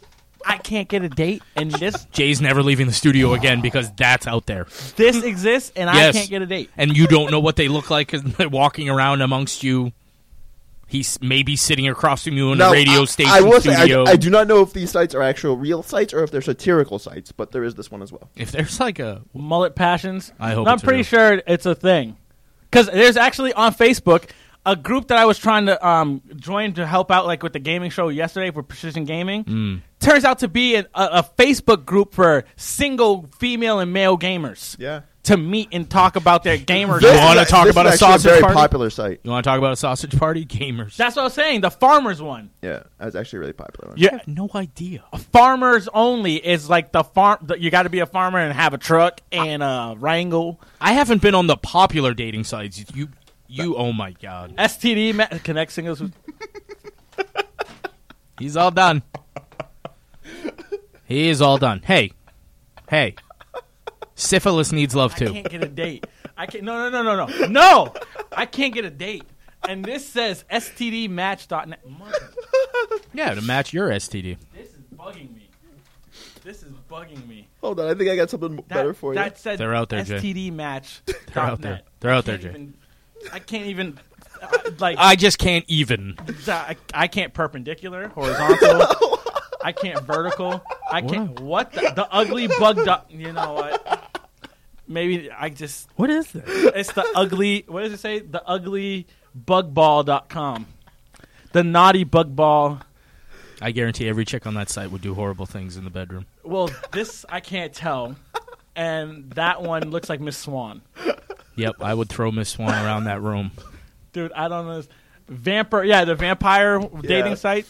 I can't get a date, and this Jay's never leaving the studio again because that's out there. this exists, and Yes. I can't get a date. and you don't know what they look like 'cause they're walking around amongst you. He's maybe sitting across from you in Now, a radio I- station I will say, I- studio. I, do not know if these sites are actual real sites or if they're satirical sites, but there is this one as well. If there's like a mullet passions, I hope I'm it's pretty real. sure it's a thing. Because there's actually on Facebook a group that I was trying to um, join to help out, like with the gaming show yesterday for Precision Gaming. Hmm. Mm. Turns out to be an, a, a Facebook group for single female and male gamers. Yeah. To meet and talk about their gamer. you goals. want to talk about a sausage party? site. You want to talk about a sausage party? Gamers. That's what I was saying. The farmers one. Yeah, that's actually a really popular one. Yeah. No idea. farmers only is like the farm. The, you got to be a farmer and have a truck and uh, wrangle. I haven't been on the popular dating sites. You, you. Oh my god. STD ma- connect singles. With- He's all done. he is all done. Hey, hey. Syphilis needs love I too. can't get a date. I can't. No, no, no, no, no, no. I can't get a date. And this says stdmatch.net. Mother, Yeah, to match your STD. this is bugging me. This is bugging me. Hold on, I think I got something That, better for you. that said, They're out there, Jay. stdmatch. They're out there. They're out there, Jay. I can't even. uh, like I just can't even. I, I can't perpendicular, horizontal. I can't vertical. I can't. What the, the ugly bug? duck you know what? Maybe I just. What is this? It's the ugly. What does it say? The ugly bugball.com. The naughty bug ball. I guarantee every chick on that site would do horrible things in the bedroom. Well, this I can't tell, and that one looks like Miss Swan. Yep, I would throw Miss Swan around that room. Dude, I don't know. Vampire. Yeah, the vampire dating site.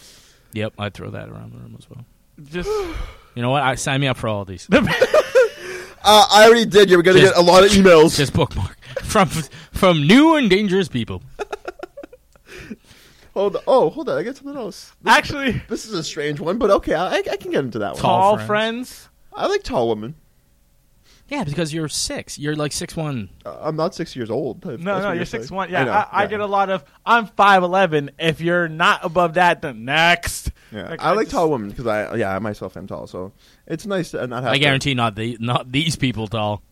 Yep, I'd throw that around the room as well. Just. You know what? I sign me up for all these. Uh, I already did. You were going to Just- get a lot of emails. Just bookmark from from new and dangerous people. Hold on. Oh, hold on. I got something else. This, Actually, this is a strange one, but okay, I, I can get into that one. Tall Tall friends. I like tall women. Yeah, because you're six. You're like six one. Uh, I'm not six years old. That's No, what no, you're saying. six one. Yeah, I, know, I, get a lot of. I'm five eleven. If you're not above that, then next. yeah. I like tall women because I yeah I myself am tall, so it's nice to not have. I to- guarantee not the not these people tall.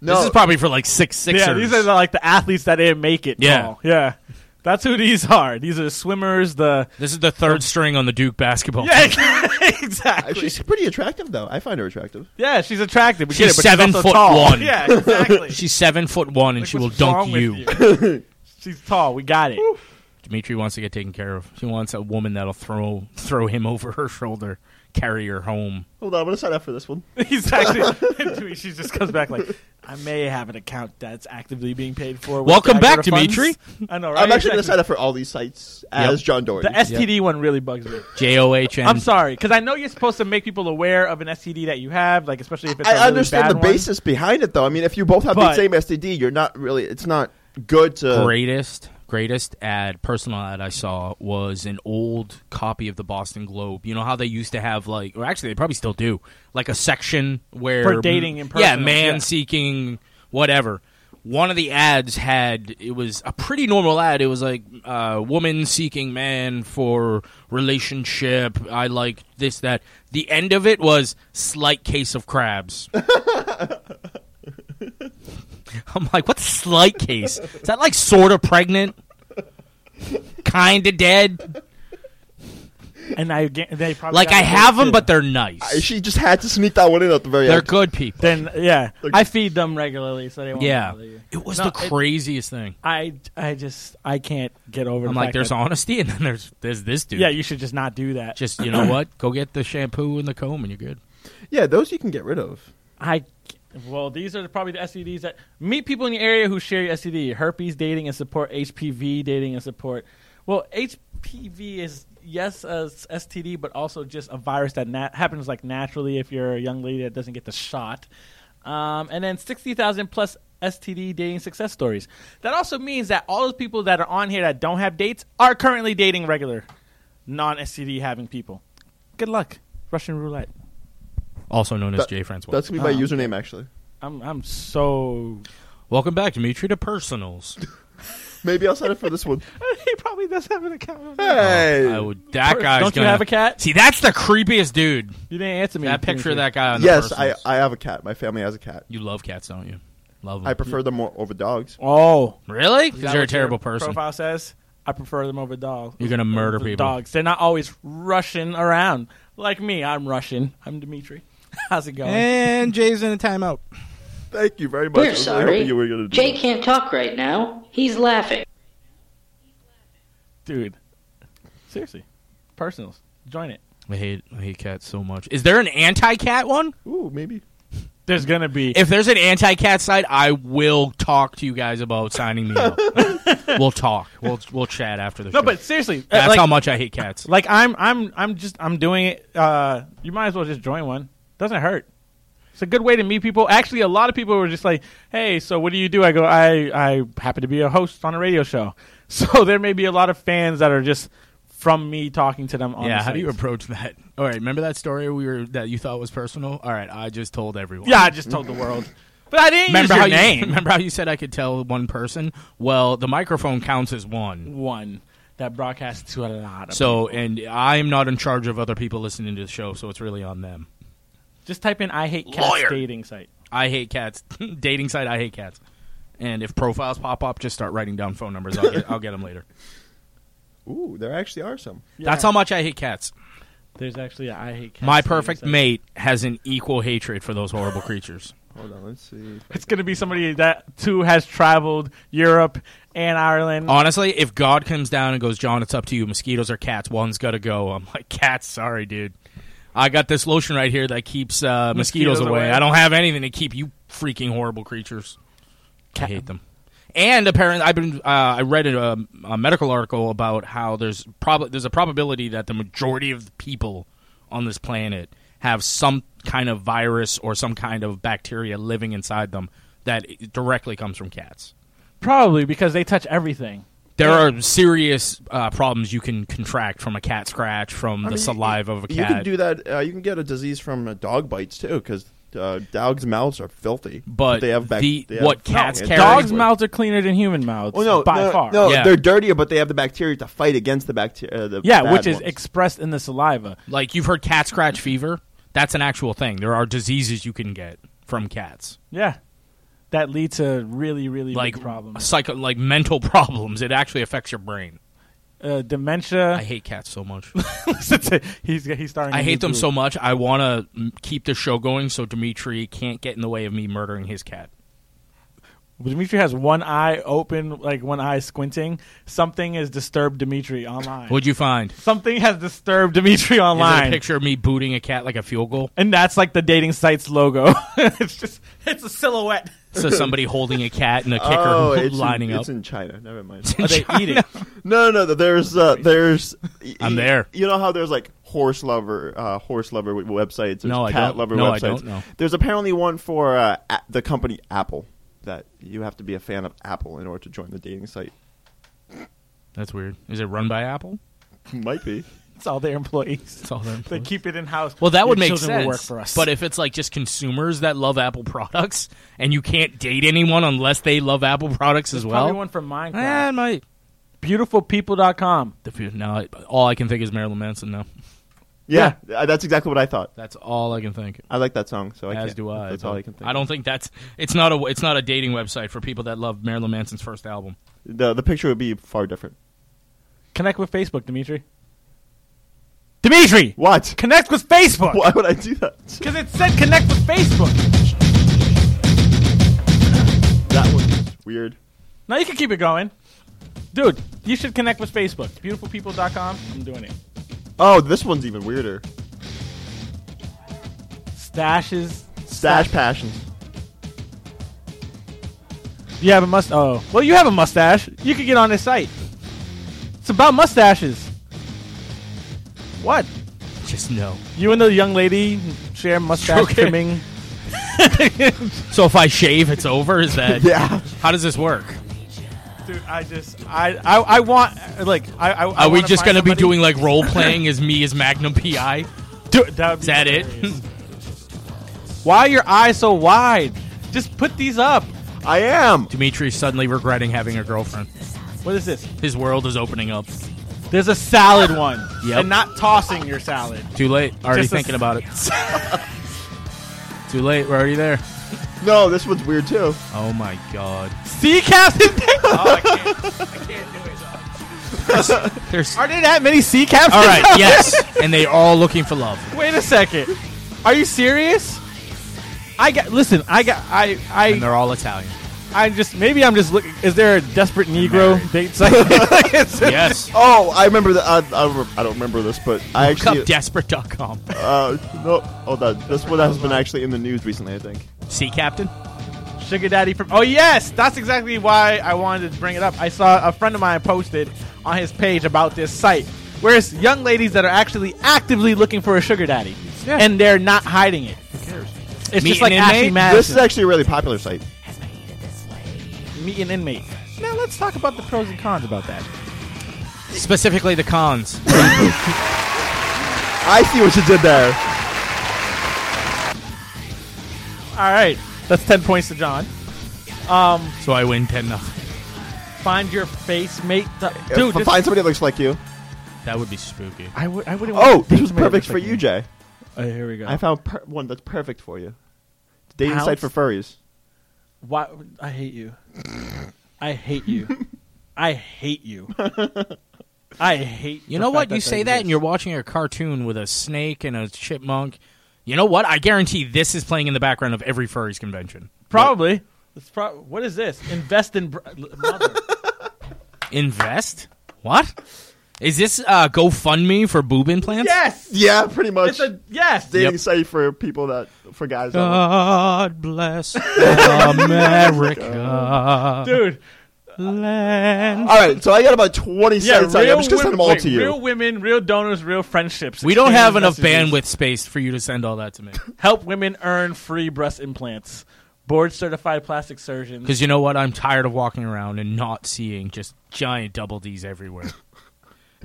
No. This is probably for like six sixers. Yeah, these are the, like the athletes that didn't make it. Yeah. tall. yeah. That's who these are. These are swimmers. The this is the third string on the Duke basketball. yeah, team. exactly. She's pretty attractive though. I find her attractive. yeah, she's attractive. We get she's it, but seven she's also foot tall. one. Yeah, exactly. she's seven foot one, and she will dunk wrong with you. you? she's tall. We got it. Dimitri wants to get taken care of. She wants a woman that'll throw throw him over her shoulder, carry her home. Hold on, I'm gonna sign up for this one. He's actually. she just comes back like, I may have an account that's actively being paid for. with Welcome back, Niagara funds." Dimitri. I know. Right? I'm actually gonna Exactly. sign up for all these sites Yep. as John Dory. The STD one really bugs me. J O H N. I'm sorry, because I know you're supposed to make people aware of an STD that you have, like especially if it's. a I really understand bad the one. basis behind it, though. I mean, if you both have But- the same STD, you're not really. It's not good to. greatest greatest ad personal ad I saw was an old copy of the Boston Globe. You know how they used to have like, or actually they probably still do, like a section where For dating and yeah, personals, man yeah. seeking whatever. One of the ads had it was a pretty normal ad. It was like uh, woman seeking man for relationship. I like this that. The end of it was slight case of crabs. I'm like, what's slight case? Is that like sort of pregnant? Kind of dead? And I get- they probably Like, got I it have them, too. but they're nice. I- she just had to sneak that one in at the very They're end. good people. Then yeah, I feed them regularly, so they won't. Yeah. bother you. It was No, the craziest thing. I I just I can't get over. I'm the like, fact there's that, honesty, and then there's there's this dude. Yeah, you should just not do that. Just, you know what? Go get the shampoo and the comb, and you're good. Yeah, those you can get rid of. I. Well, these are probably the STDs that meet people in your area who share your STD. Herpes dating and support, HPV dating and support. Well, HPV is yes a s- STD, but also just a virus that nat- happens like naturally if you're a young lady that doesn't get the shot. Um, and then sixty thousand plus STD dating success stories. That also means that all those people that are on here that don't have dates are currently dating regular, non STD having people. Good luck, Russian roulette. Also known as That- Jay Francois. That's gonna be my Oh. username actually. I'm I'm so Welcome back, Dimitri, to Personals. Maybe I'll sign up for this one. he probably does have an account. Of that. Hey, I would. That Per- guy's don't you gonna- have a cat? See, that's the creepiest dude. You uh, didn't answer me. That picture of that guy on the yes, I, Personals. I have a cat. My family has a cat. You love cats, don't you? Love them. I prefer them more over dogs. Oh, Really? Is Because that you're a what your terrible person. Profile says I prefer them over dogs. You're gonna murder Over people. Dogs. They're not always rushing around like me. I'm rushing. I'm Dimitri. How's it going? Eh. And Jay's in a timeout. Thank you very We're sorry. Jay can't talk right now. He's laughing. dude. Seriously, personals. Join it. I hate I hate cats so much. Is there an anti-cat one? Ooh, maybe. There's gonna be. If there's an anti-cat side, I will talk to you guys about signing me up. we'll talk. We'll we'll chat after the No, show. but seriously, uh, that's like- how much I hate cats. Like I'm, I'm, I'm just, I'm doing it. Uh, you might as well just join one. Doesn't hurt. It's a good way to meet people. Actually, a lot of people were just like, "Hey, so what do you do?" I go, "I, I happen to be a host on a radio show." So there may be a lot of fans that are just from me talking to them. on yeah, the how do you sites. approach that? All right, remember that story we were that you thought was personal? All right, I just told everyone. Yeah, I just told the world, but I didn't remember use how your You, name. remember how you said I could tell one person? Well, the microphone counts as one. one that broadcasts to a lot of. So, and I am not in charge of other people listening to the show, so it's really on them. just type in "I hate cats Lawyer. dating site." I hate cats. Dating site. I hate cats. And if profiles pop up, just start writing down phone numbers. I'll get, I'll get them later. Ooh, there actually are some. That's how much I hate cats. There's actually a I hate cats. My dating perfect site. mate has an equal hatred for those horrible creatures. Hold on, let's see. It's going to be somebody that too has traveled Europe and Uh, Ireland. Honestly, if God comes down and goes, John, it's up to you. Mosquitoes or cats? One's got to go. I'm like, cats. Sorry, dude. I got this lotion right here that keeps uh, mosquitoes, Mosquitoes away. away. I don't have anything to keep you freaking horrible creatures. I hate them. And apparently, I've been. Uh, I read a, a medical article about how there's probably there's a probability that the majority of the people on this planet have some kind of virus or some kind of bacteria living inside them that directly comes from cats Probably because they touch everything. there are serious uh, problems you can contract from a cat scratch, from I the mean, saliva of a You can cat. do that. Uh, you can get a disease from uh, dog bites too, because uh, dogs' mouths are filthy. But they have bac- the- they have- what cats Yeah, carry- Dogs' mouths are cleaner than human mouths Oh, Well, Oh, no, by no, far. no, Yeah. they're dirtier, but they have the bacteria to fight against the bacteria. Uh, the yeah, bad which is ones. expressed in the saliva. like you've heard cat scratch fever. That's an actual thing. There are diseases you can get from cats, Yeah, that leads to really, really like big problems. psycho, like mental problems. It actually affects your brain. Uh, dementia. I hate cats so much. he's he's starting. a I new hate them group. so much. I want to keep the show going so Dimitri can't get in the way of me murdering his cat. Dimitri has one eye open, like one eye squinting. Something has disturbed Dimitri online. What'd you find? Something has disturbed Dimitri Is it a online, picture of me booting a cat like a field goal? and that's like the dating site's logo. it's just it's a silhouette. So somebody holding a cat and a kicker oh, it's lining in, up. It's in China. Never mind. in Are they eating? no, no, no. There's, uh, there's. I'm there. You know how there's like horse lover, uh, horse lover w- websites. There's No, I cat don't- lover no, I websites. don't know. There's apparently one for uh, a- the company Apple that you have to be a fan of Apple in order to join the dating site. That's weird. Is it run by Apple? Might be. It's all their employees. It's all them. They keep it in house. Well, that Your would make children sense. Will work for us. But if it's like just consumers that love Apple products, and you can't date anyone unless they love Apple products as well, Probably one from Minecraft. eh, it might. Beautifulpeople.com. The few- No, I- all I can think is Marilyn Manson. Now Yeah, uh, that's exactly what I thought. that's all I can think. I like that song, so I As can't- do I. That's but all I can think. I don't think that's. It's not a. It's not a dating website for people that love Marilyn Manson's first album. The the picture would be far different. Connect with Facebook, Dimitri. Dimitri! What? Connect with Facebook! Why would I do that? Because it said connect with Facebook. That was weird. Now you can keep it going. Dude, you should connect with Facebook. Beautifulpeople.com. I'm doing it. Oh, this one's even weirder. Stashes. Stash passions. You have a must. Oh. Well, you have a mustache. You could get on this site. It's about mustaches. What? Just no. You and the young lady share mustache Okay. trimming. So if I shave, it's over. Is that? Yeah. How does this work? Dude, I just, I, I, I want, like, I, I I Are we wanna just find gonna be somebody- doing like role playing as me as Magnum PI? Dude, that would be Is that it? hilarious. Why are your eyes so wide? Just put these up. I am. Dimitri's suddenly regretting having a girlfriend. What is this? His world is opening up. There's a salad one, Yep. and not tossing your salad. Too late. Already Just a- thinking about it. Too late. We're already there. No, this one's weird too. Oh my god. See, Captain. Dave? There's Are there that many sea caps? All right, yes. And they all looking for love. Wait a second. Are you serious? I got. Listen, I got. I. I. And they're all Italian. I just. Maybe I'm just looking. Is there a desperate Negro date site? Like, is there- Oh, I remember that. I, I, remember, I don't remember this, but I Look actually up desperate.com. Uh, no, hold on. This one has been actually in the news recently. I think. Sea captain. Sugar Daddy from. Oh yes, that's exactly why I wanted to bring it up. I saw a friend of mine posted on his page about this site, where it's young ladies that are actually actively looking for a sugar daddy, and they're not hiding it. It's just like Ashley Madison. This is actually a really popular site. meet an inmate. Now let's talk about the pros and cons about that. Specifically the cons. I see what you did there. All right, that's ten points to John. Um, So I win 10 nothing. find your face mate, th- Dude, dude. this- find somebody that looks like you. That would be spooky. I would. I wouldn't. want Oh, to date this was somebody that perfect looks for like you, me. Jay. Oh, here we go. I found per- one that's perfect for you. It's a dating Pounce? site for furries. Why? I hate you. I hate you. I hate you. I hate. You the know fact what? You say that and you're watching a cartoon with a snake and a chipmunk. You know what? I guarantee this is playing in the background of every furries convention. Probably. It's prob- what is this? Invest in. Br- mother. Invest? What? Is this uh, GoFundMe for boob implants? yes. Yeah, pretty much. It's a Uh-huh. yes. Dating Yep. site for people that for guys. that- God bless America, Dude. Land. all right, so I got about twenty Yeah, sites. out. real I'm just gonna send them all women- to you. real women, real donors, real friendships. We don't Exchange have enough messages. bandwidth space for you to send all that to me. Help women earn free breast implants. Board certified plastic surgeons. Because you know what? I'm tired of walking around and not seeing just giant double D's everywhere.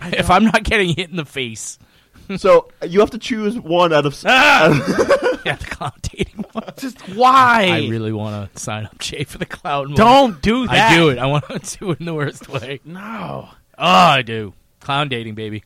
if I'm not getting hit in the face, so you have to choose one out of. s- Ah! yeah, the clown dating one. Just why? I really want to sign up Jay for the clown. one. Don't do that. I do it. I want to do it in the worst way. No. Oh, I do. Clown dating, baby.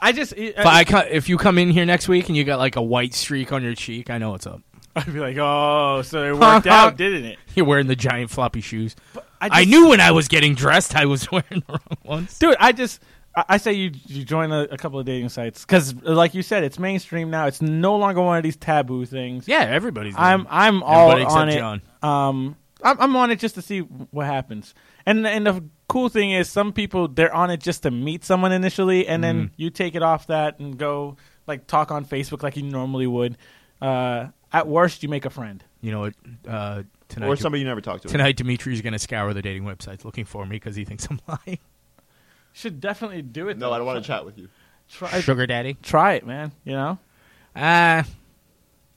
I just. It, If, I co- if you come in here next week and you got like a white streak on your cheek, I know what's up. I'd be like, oh, so it worked out, didn't it? You're wearing the giant floppy shoes. I I, just- knew when I was getting dressed, I was wearing the wrong ones. Dude, I just. I I say you you join a, a couple of dating sites because, like you said, it's mainstream now. It's no longer one of these taboo things. Yeah, everybody's. doing I'm it. I'm all Everybody except on it. John. Um, I'm, I'm on it just to see what happens. And and the cool thing is, some people they're on it just to meet someone initially, and then Mm-hmm. you take it off that and go like talk on Facebook like you normally would. Uh, at worst, you make a friend. You know what? Uh, tonight, or somebody you never talked to. Tonight, Dimitri's going to scour the dating websites looking for me because he thinks I'm lying. Should definitely do it. No, I don't want to chat with you. Try, Sugar daddy. try it, man. You know, Uh,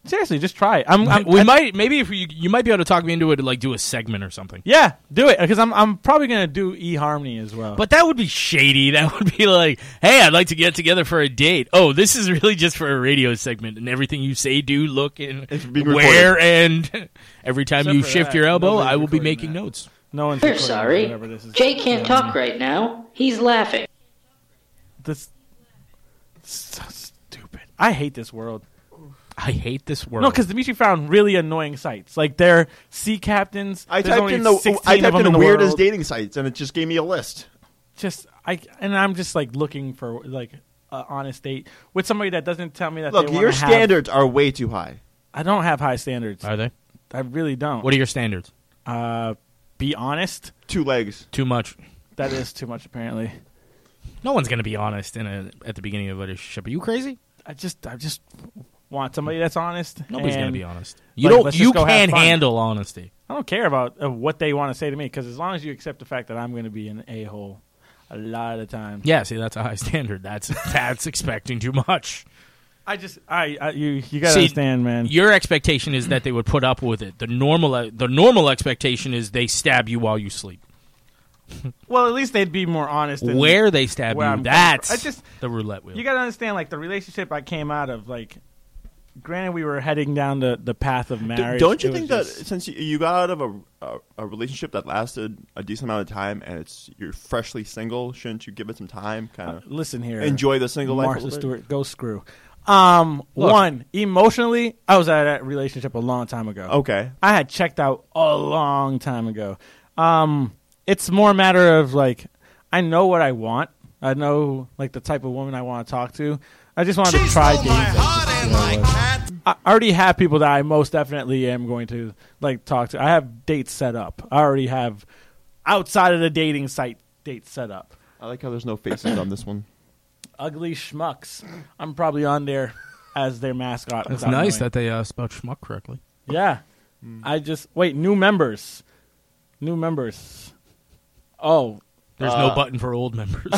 seriously, just try it. I'm, I'm we might maybe if you you might be able to talk me into it, like do a segment or something. Yeah, do it because I'm I'm probably gonna do eHarmony as well. But that would be shady. That would be like, hey, I'd like to get together for a date. Oh, this is really just for a radio segment, and everything you say, do, look, and being where, and every time Except you for shift that, your elbow, nobody's I will be recording making that. notes. no one's We're recording sorry. whatever this is. Jay can't talk right now. He's laughing. This so stupid. I hate this world. I hate this world. No, because Dimitri found really annoying sites. Like they're sea captains. I There's typed only in the 16 I of typed them in in the weirdest world. dating sites, and it just gave me a list. Just I and I'm just like looking for like a honest date with somebody that doesn't tell me that. Look, they wanna your have- standards are way too high. I don't have high standards. are they? I really don't. What are your standards? Uh, be honest. Two legs. Too much. That is too much apparently. No one's gonna be honest in a, at the beginning of a relationship. Are you crazy? I just I just want somebody that's honest. Nobody's gonna and- be honest. You like, don't. let's You just go have can't fun. handle honesty. I don't care about uh, what they want to say to me because as long as you accept the fact that I'm going to be an a hole a lot of the time, Yeah, see, that's a high standard. That's that's expecting too much. I just I, I you you gotta See, understand, man. Your expectation is that they would put up with it. The normal uh, the normal expectation is they stab you while you sleep. well, at least they'd be more honest. than- Where they stab where you, I'm coming that's from. I just the roulette wheel. you gotta understand like the relationship I came out of. Like, granted, we were heading down the the path of D- marriage. Don't you It was think just- that since you, you got out of a, a a relationship that lasted a decent amount of time and it's you're freshly single, shouldn't you give it some time? Kind of Listen here, enjoy the single life. a Martha little bit? Stewart, go screw. Um, Look. one emotionally, I was out of that relationship a long time ago. Okay. I had checked out a long time ago. Um, it's more a matter of like I know what I want. I know like the type of woman I want to talk to. I just wanted to try dating. I already have people that I most definitely am going to like talk to. I have dates set up. I already have outside of the dating site dates set up. I like how there's no faces on this one. Ugly schmucks. I'm probably on there as their mascot. That's without nice knowing. that they uh, spelled schmuck correctly. Yeah. Hmm. I just wait, new members. New members. Oh. There's no button for old members.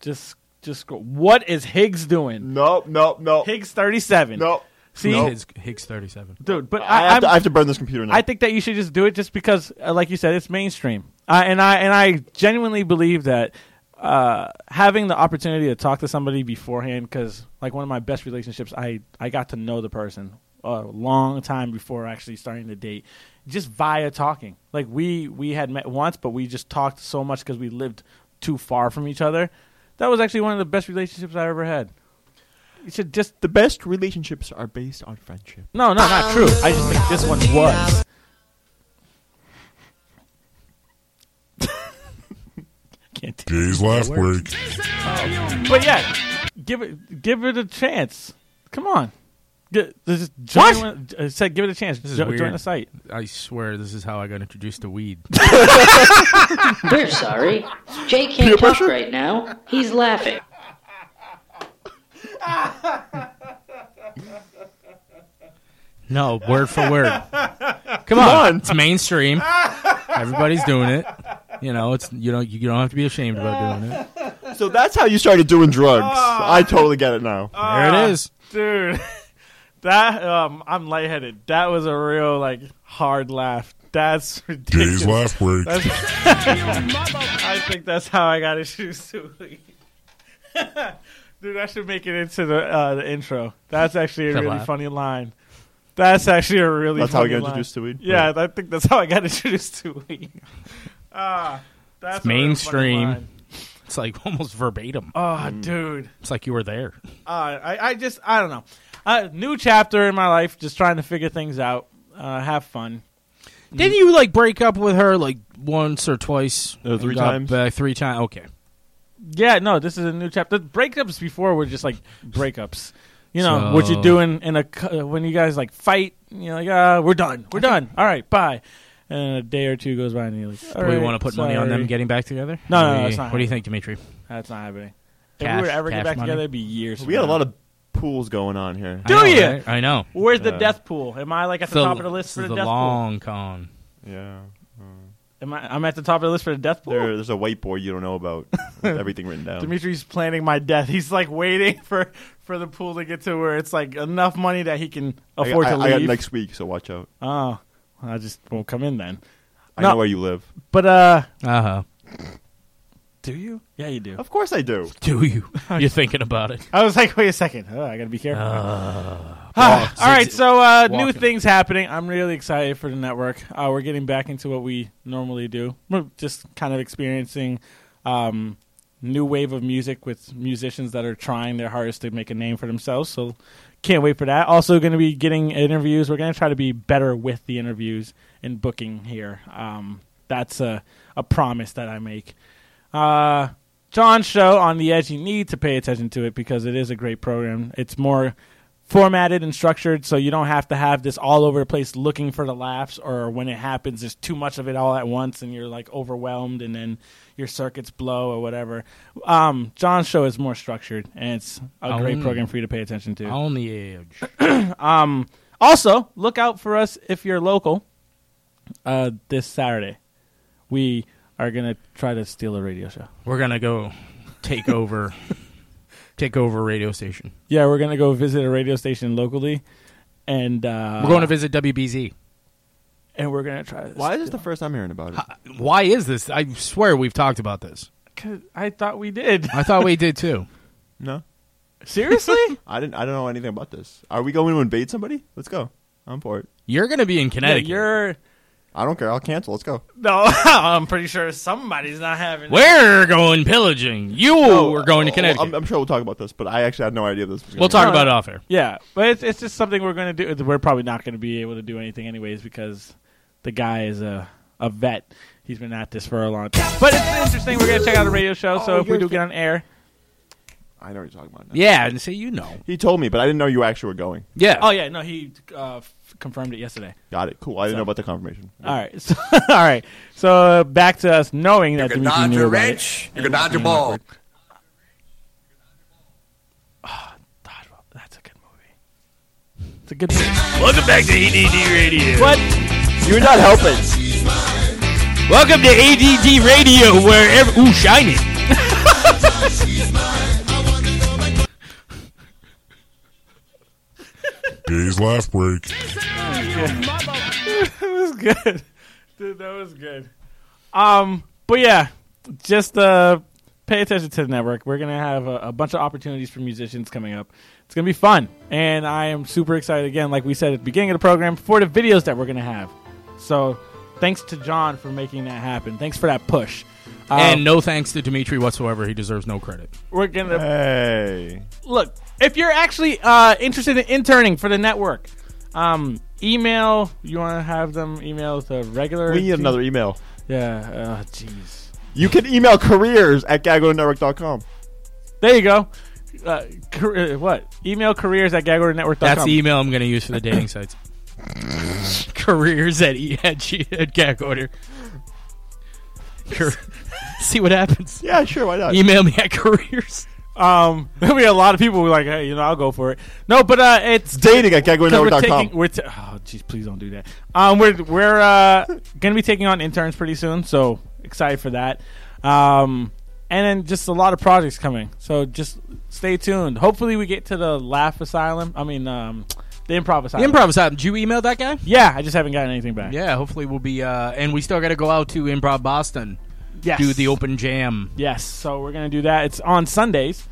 just just scroll. What is Higgs doing? Nope, nope, nope. Higgs thirty seven. Nope. See Higgs, Higgs thirty-seven. dude. But I I, have to- I'm- I have to burn this computer now. I think that you should just do it, just because, uh, like you said, it's mainstream, uh, and I and I genuinely believe that uh, having the opportunity to talk to somebody beforehand, because like one of my best relationships, I I got to know the person a long time before actually starting to date, just via talking. Like we we had met once, but we just talked so much because we lived too far from each other. That was actually one of the best relationships I ever had. You should just the best relationships are based on friendship. No, no, not true. I just think this one was. Can't Jay's laugh That works. break. But yeah, give it give it a chance. Come on. G- This is genuine, I said give it a chance. This is Jo- weird. Join the site. I swear, this is how I got introduced to weed. We're sorry. Jay can't Peer talk pressure? right now. He's laughing. No, word for word. Come, Come on. on. it's mainstream. Everybody's doing it. You know, it's you don't you don't have to be ashamed about doing it. So that's how you started doing drugs. Ah. I totally get it now. Uh, There it is. Dude. That um I'm lightheaded. That was a real like hard laugh. That's ridiculous. laugh break. That's- I think that's how I got introduced to weed. Dude, I should make it into the uh, the intro. That's actually a To really laugh. funny line. That's actually a really That's how I funny got line. introduced to weed? Yeah, I think that's how I got introduced to weed. Ah, that's It's a really funny mainstream. line. It's like almost verbatim. Oh, dude. It's like you were there. Uh, I, I just, I don't know. Uh, new chapter in my life, just trying to figure things out. Uh, have fun. Didn't you like break up with her like once or twice? Uh, No, three And got times. back three times. Okay. Yeah, no, this is a new chapter. Breakups before were just like breakups. You know So- what you do in, in a cu- when you guys like fight. You know, like ah, we're done, we're done. All right, bye. And a day or two goes by, and you're like, all do we right, want to put money on them sorry. getting back together? No, no, What no, do that's you- not What do you happening. think, Dimitri? That's not happening. if Cash- we were ever get cash back money? together, it'd be years. We from had a now. lot of pools going on here. Do you? I know. Where's the Uh, death pool? Am I like at the So, top of the list this for is the, death pool? long con. Yeah. Am I? I'm at the top of the list for the death pool. There, there's a whiteboard you don't know about with everything written down. Um, Dimitri's planning my death. He's like waiting for for the pool to get to where it's like enough money that he can I, afford I- to I leave. got next week, so watch out. Oh, well, I just won't come in then. I know where you live. But uh, Uh Uh-huh. huh. do you? Yeah, you do. Of course I do. Do you? You're thinking about it. I was like, wait a second. Oh, I gotta be careful. Uh, Ah, all right, so uh, new Walking. things happening. I'm really excited for the network. Uh, we're getting back into what we normally do. We're just kind of experiencing um, new wave of music with musicians that are trying their hardest to make a name for themselves. So can't wait for that. Also, going to be getting interviews. We're going to try to be better with the interviews and booking here. Um, that's a a promise that I make. Uh, John's show on the edge. You need to pay attention to it because it is a great program. It's more formatted and structured so you don't have to have this all over the place looking for the laughs or when it happens there's too much of it all at once and you're like overwhelmed and then your circuits blow or whatever um, john's show is more structured and it's a great On- program for you to pay attention to on the edge. um, also look out for us if you're local uh, this saturday we are going to try to steal a radio show We're gonna go take over, take over a radio station. yeah we're going to go visit a radio station locally and uh, We're going to visit WBZ. and we're going to try this Why is this the first I'm hearing about it? Why is this? I swear we've talked about this. Cause I thought we did. I thought we did too. No, Seriously? I didn't. I don't know anything about this. Are we going to invade somebody? Let's go. I'm for it. You're gonna be in Connecticut. you're I don't care. I'll cancel. Let's go. no. I'm pretty sure somebody's not having. We're going pillaging. You No, were going to uh, oh, Connecticut. I'm, I'm sure we'll talk about this, but I actually had no idea this. Was gonna We'll be- talk about it off air. Yeah, but it's it's just something we're gonna do. We're probably not gonna be able to do anything anyways because the guy is a a vet. He's been at this for a long time. But it's interesting. We're gonna check out a radio show. So Oh, if we you're do get on air, I know what you're talking about. Now. Yeah, and say you know. He told me, but I didn't know you actually were going. Oh yeah, no, he uh, f- confirmed it yesterday. Got it. Cool. I didn't So- know about the confirmation. All right, so, all right. So uh, back to us knowing that can Dimitri dodge knew a about it wrench, you can and it was dodge a being ball. awkward. It's a good movie. Welcome back to EDD Radio. What? You're not helping. Welcome to ADD Radio, where ev- ooh, shiny. Day's last break. that was good, dude. That was good. Um, but yeah, just uh, pay attention to the network. We're gonna have a, a bunch of opportunities for musicians coming up. It's gonna be fun, and I am super excited again. Like we said at the beginning of the program, for the videos that we're gonna have. So, thanks to John for making that happen. Thanks for that push. Um, and no thanks to Dimitri whatsoever. He deserves no credit. we're gonna Hey. look if you're actually uh, interested in interning for the network um, email you want to have them email the regular We need another email. yeah oh, jeez You can email careers at gagonetwork.com. there you go uh, car- uh, what email careers at gagordernetwork.com That's the email I'm going to use for the dating sites. Careers at e at, G- at gag order. Car- See what happens. Yeah, sure. Why not? Email me at careers. um, there'll be a lot of people who are like, hey, you know, I'll go for it. No, but uh, it's dating at gagwinetwork.com. We're taking- We're ta- oh, jeez, please don't do that. Um, we're we're uh, gonna be taking on interns pretty soon, so excited for that. Um, and then just a lot of projects coming, so just stay tuned. Hopefully, we get to the Laugh Asylum. I mean, um, the Improv The Asylum. improv side. Did you email that guy? Yeah, I just haven't gotten anything back. Yeah, hopefully we'll be. Uh, and we still got to go out to Improv Boston. Yes. Do the open jam. Yes, so we're gonna do that. It's on Sundays,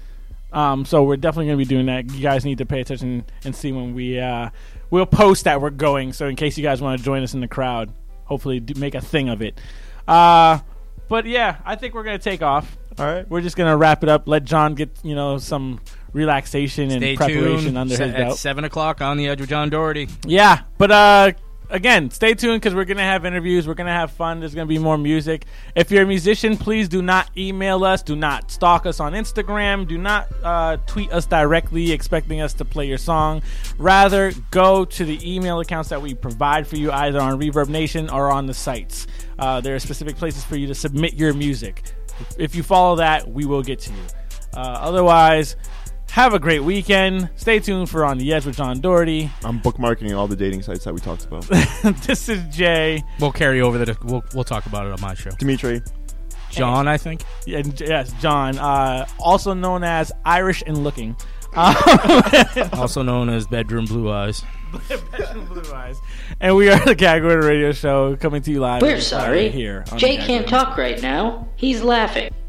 um, so we're definitely gonna be doing that. You guys need to pay attention and see when we uh, we'll post that we're going. So in case you guys want to join us in the crowd, hopefully do, make a thing of it. Uh, but yeah, I think we're gonna take off. All right, we're just gonna wrap it up. Let John get you know some relaxation Stay and preparation tuned under Se- his at belt. seven o'clock on the edge with John Doherty. Yeah, but uh, again, stay tuned because we're gonna have interviews. We're gonna have fun. There's gonna be more music. If you're a musician, please do not email us. Do not stalk us on Instagram. Do not uh, tweet us directly expecting us to play your song. Rather, go to the email accounts that we provide for you either on Reverb Nation or on the sites. Uh, there are specific places for you to submit your music. If you follow that, we will get to you. Uh, otherwise, have a great weekend. Stay tuned for On the Edge with John Doherty. I'm bookmarking all the dating sites that we talked about. this is Jay. We'll carry over the. We'll, we'll talk about it on my show. Dimitri. John, I think. Yeah, and- yes, John, uh, also known as Irish and Looking. Um, also known as Bedroom Blue Eyes. Blue Eyes. and we are the Gag Order Radio Show coming to you live. We're every Friday sorry. Here. on the Jay Gag can't Order. talk right now. He's laughing.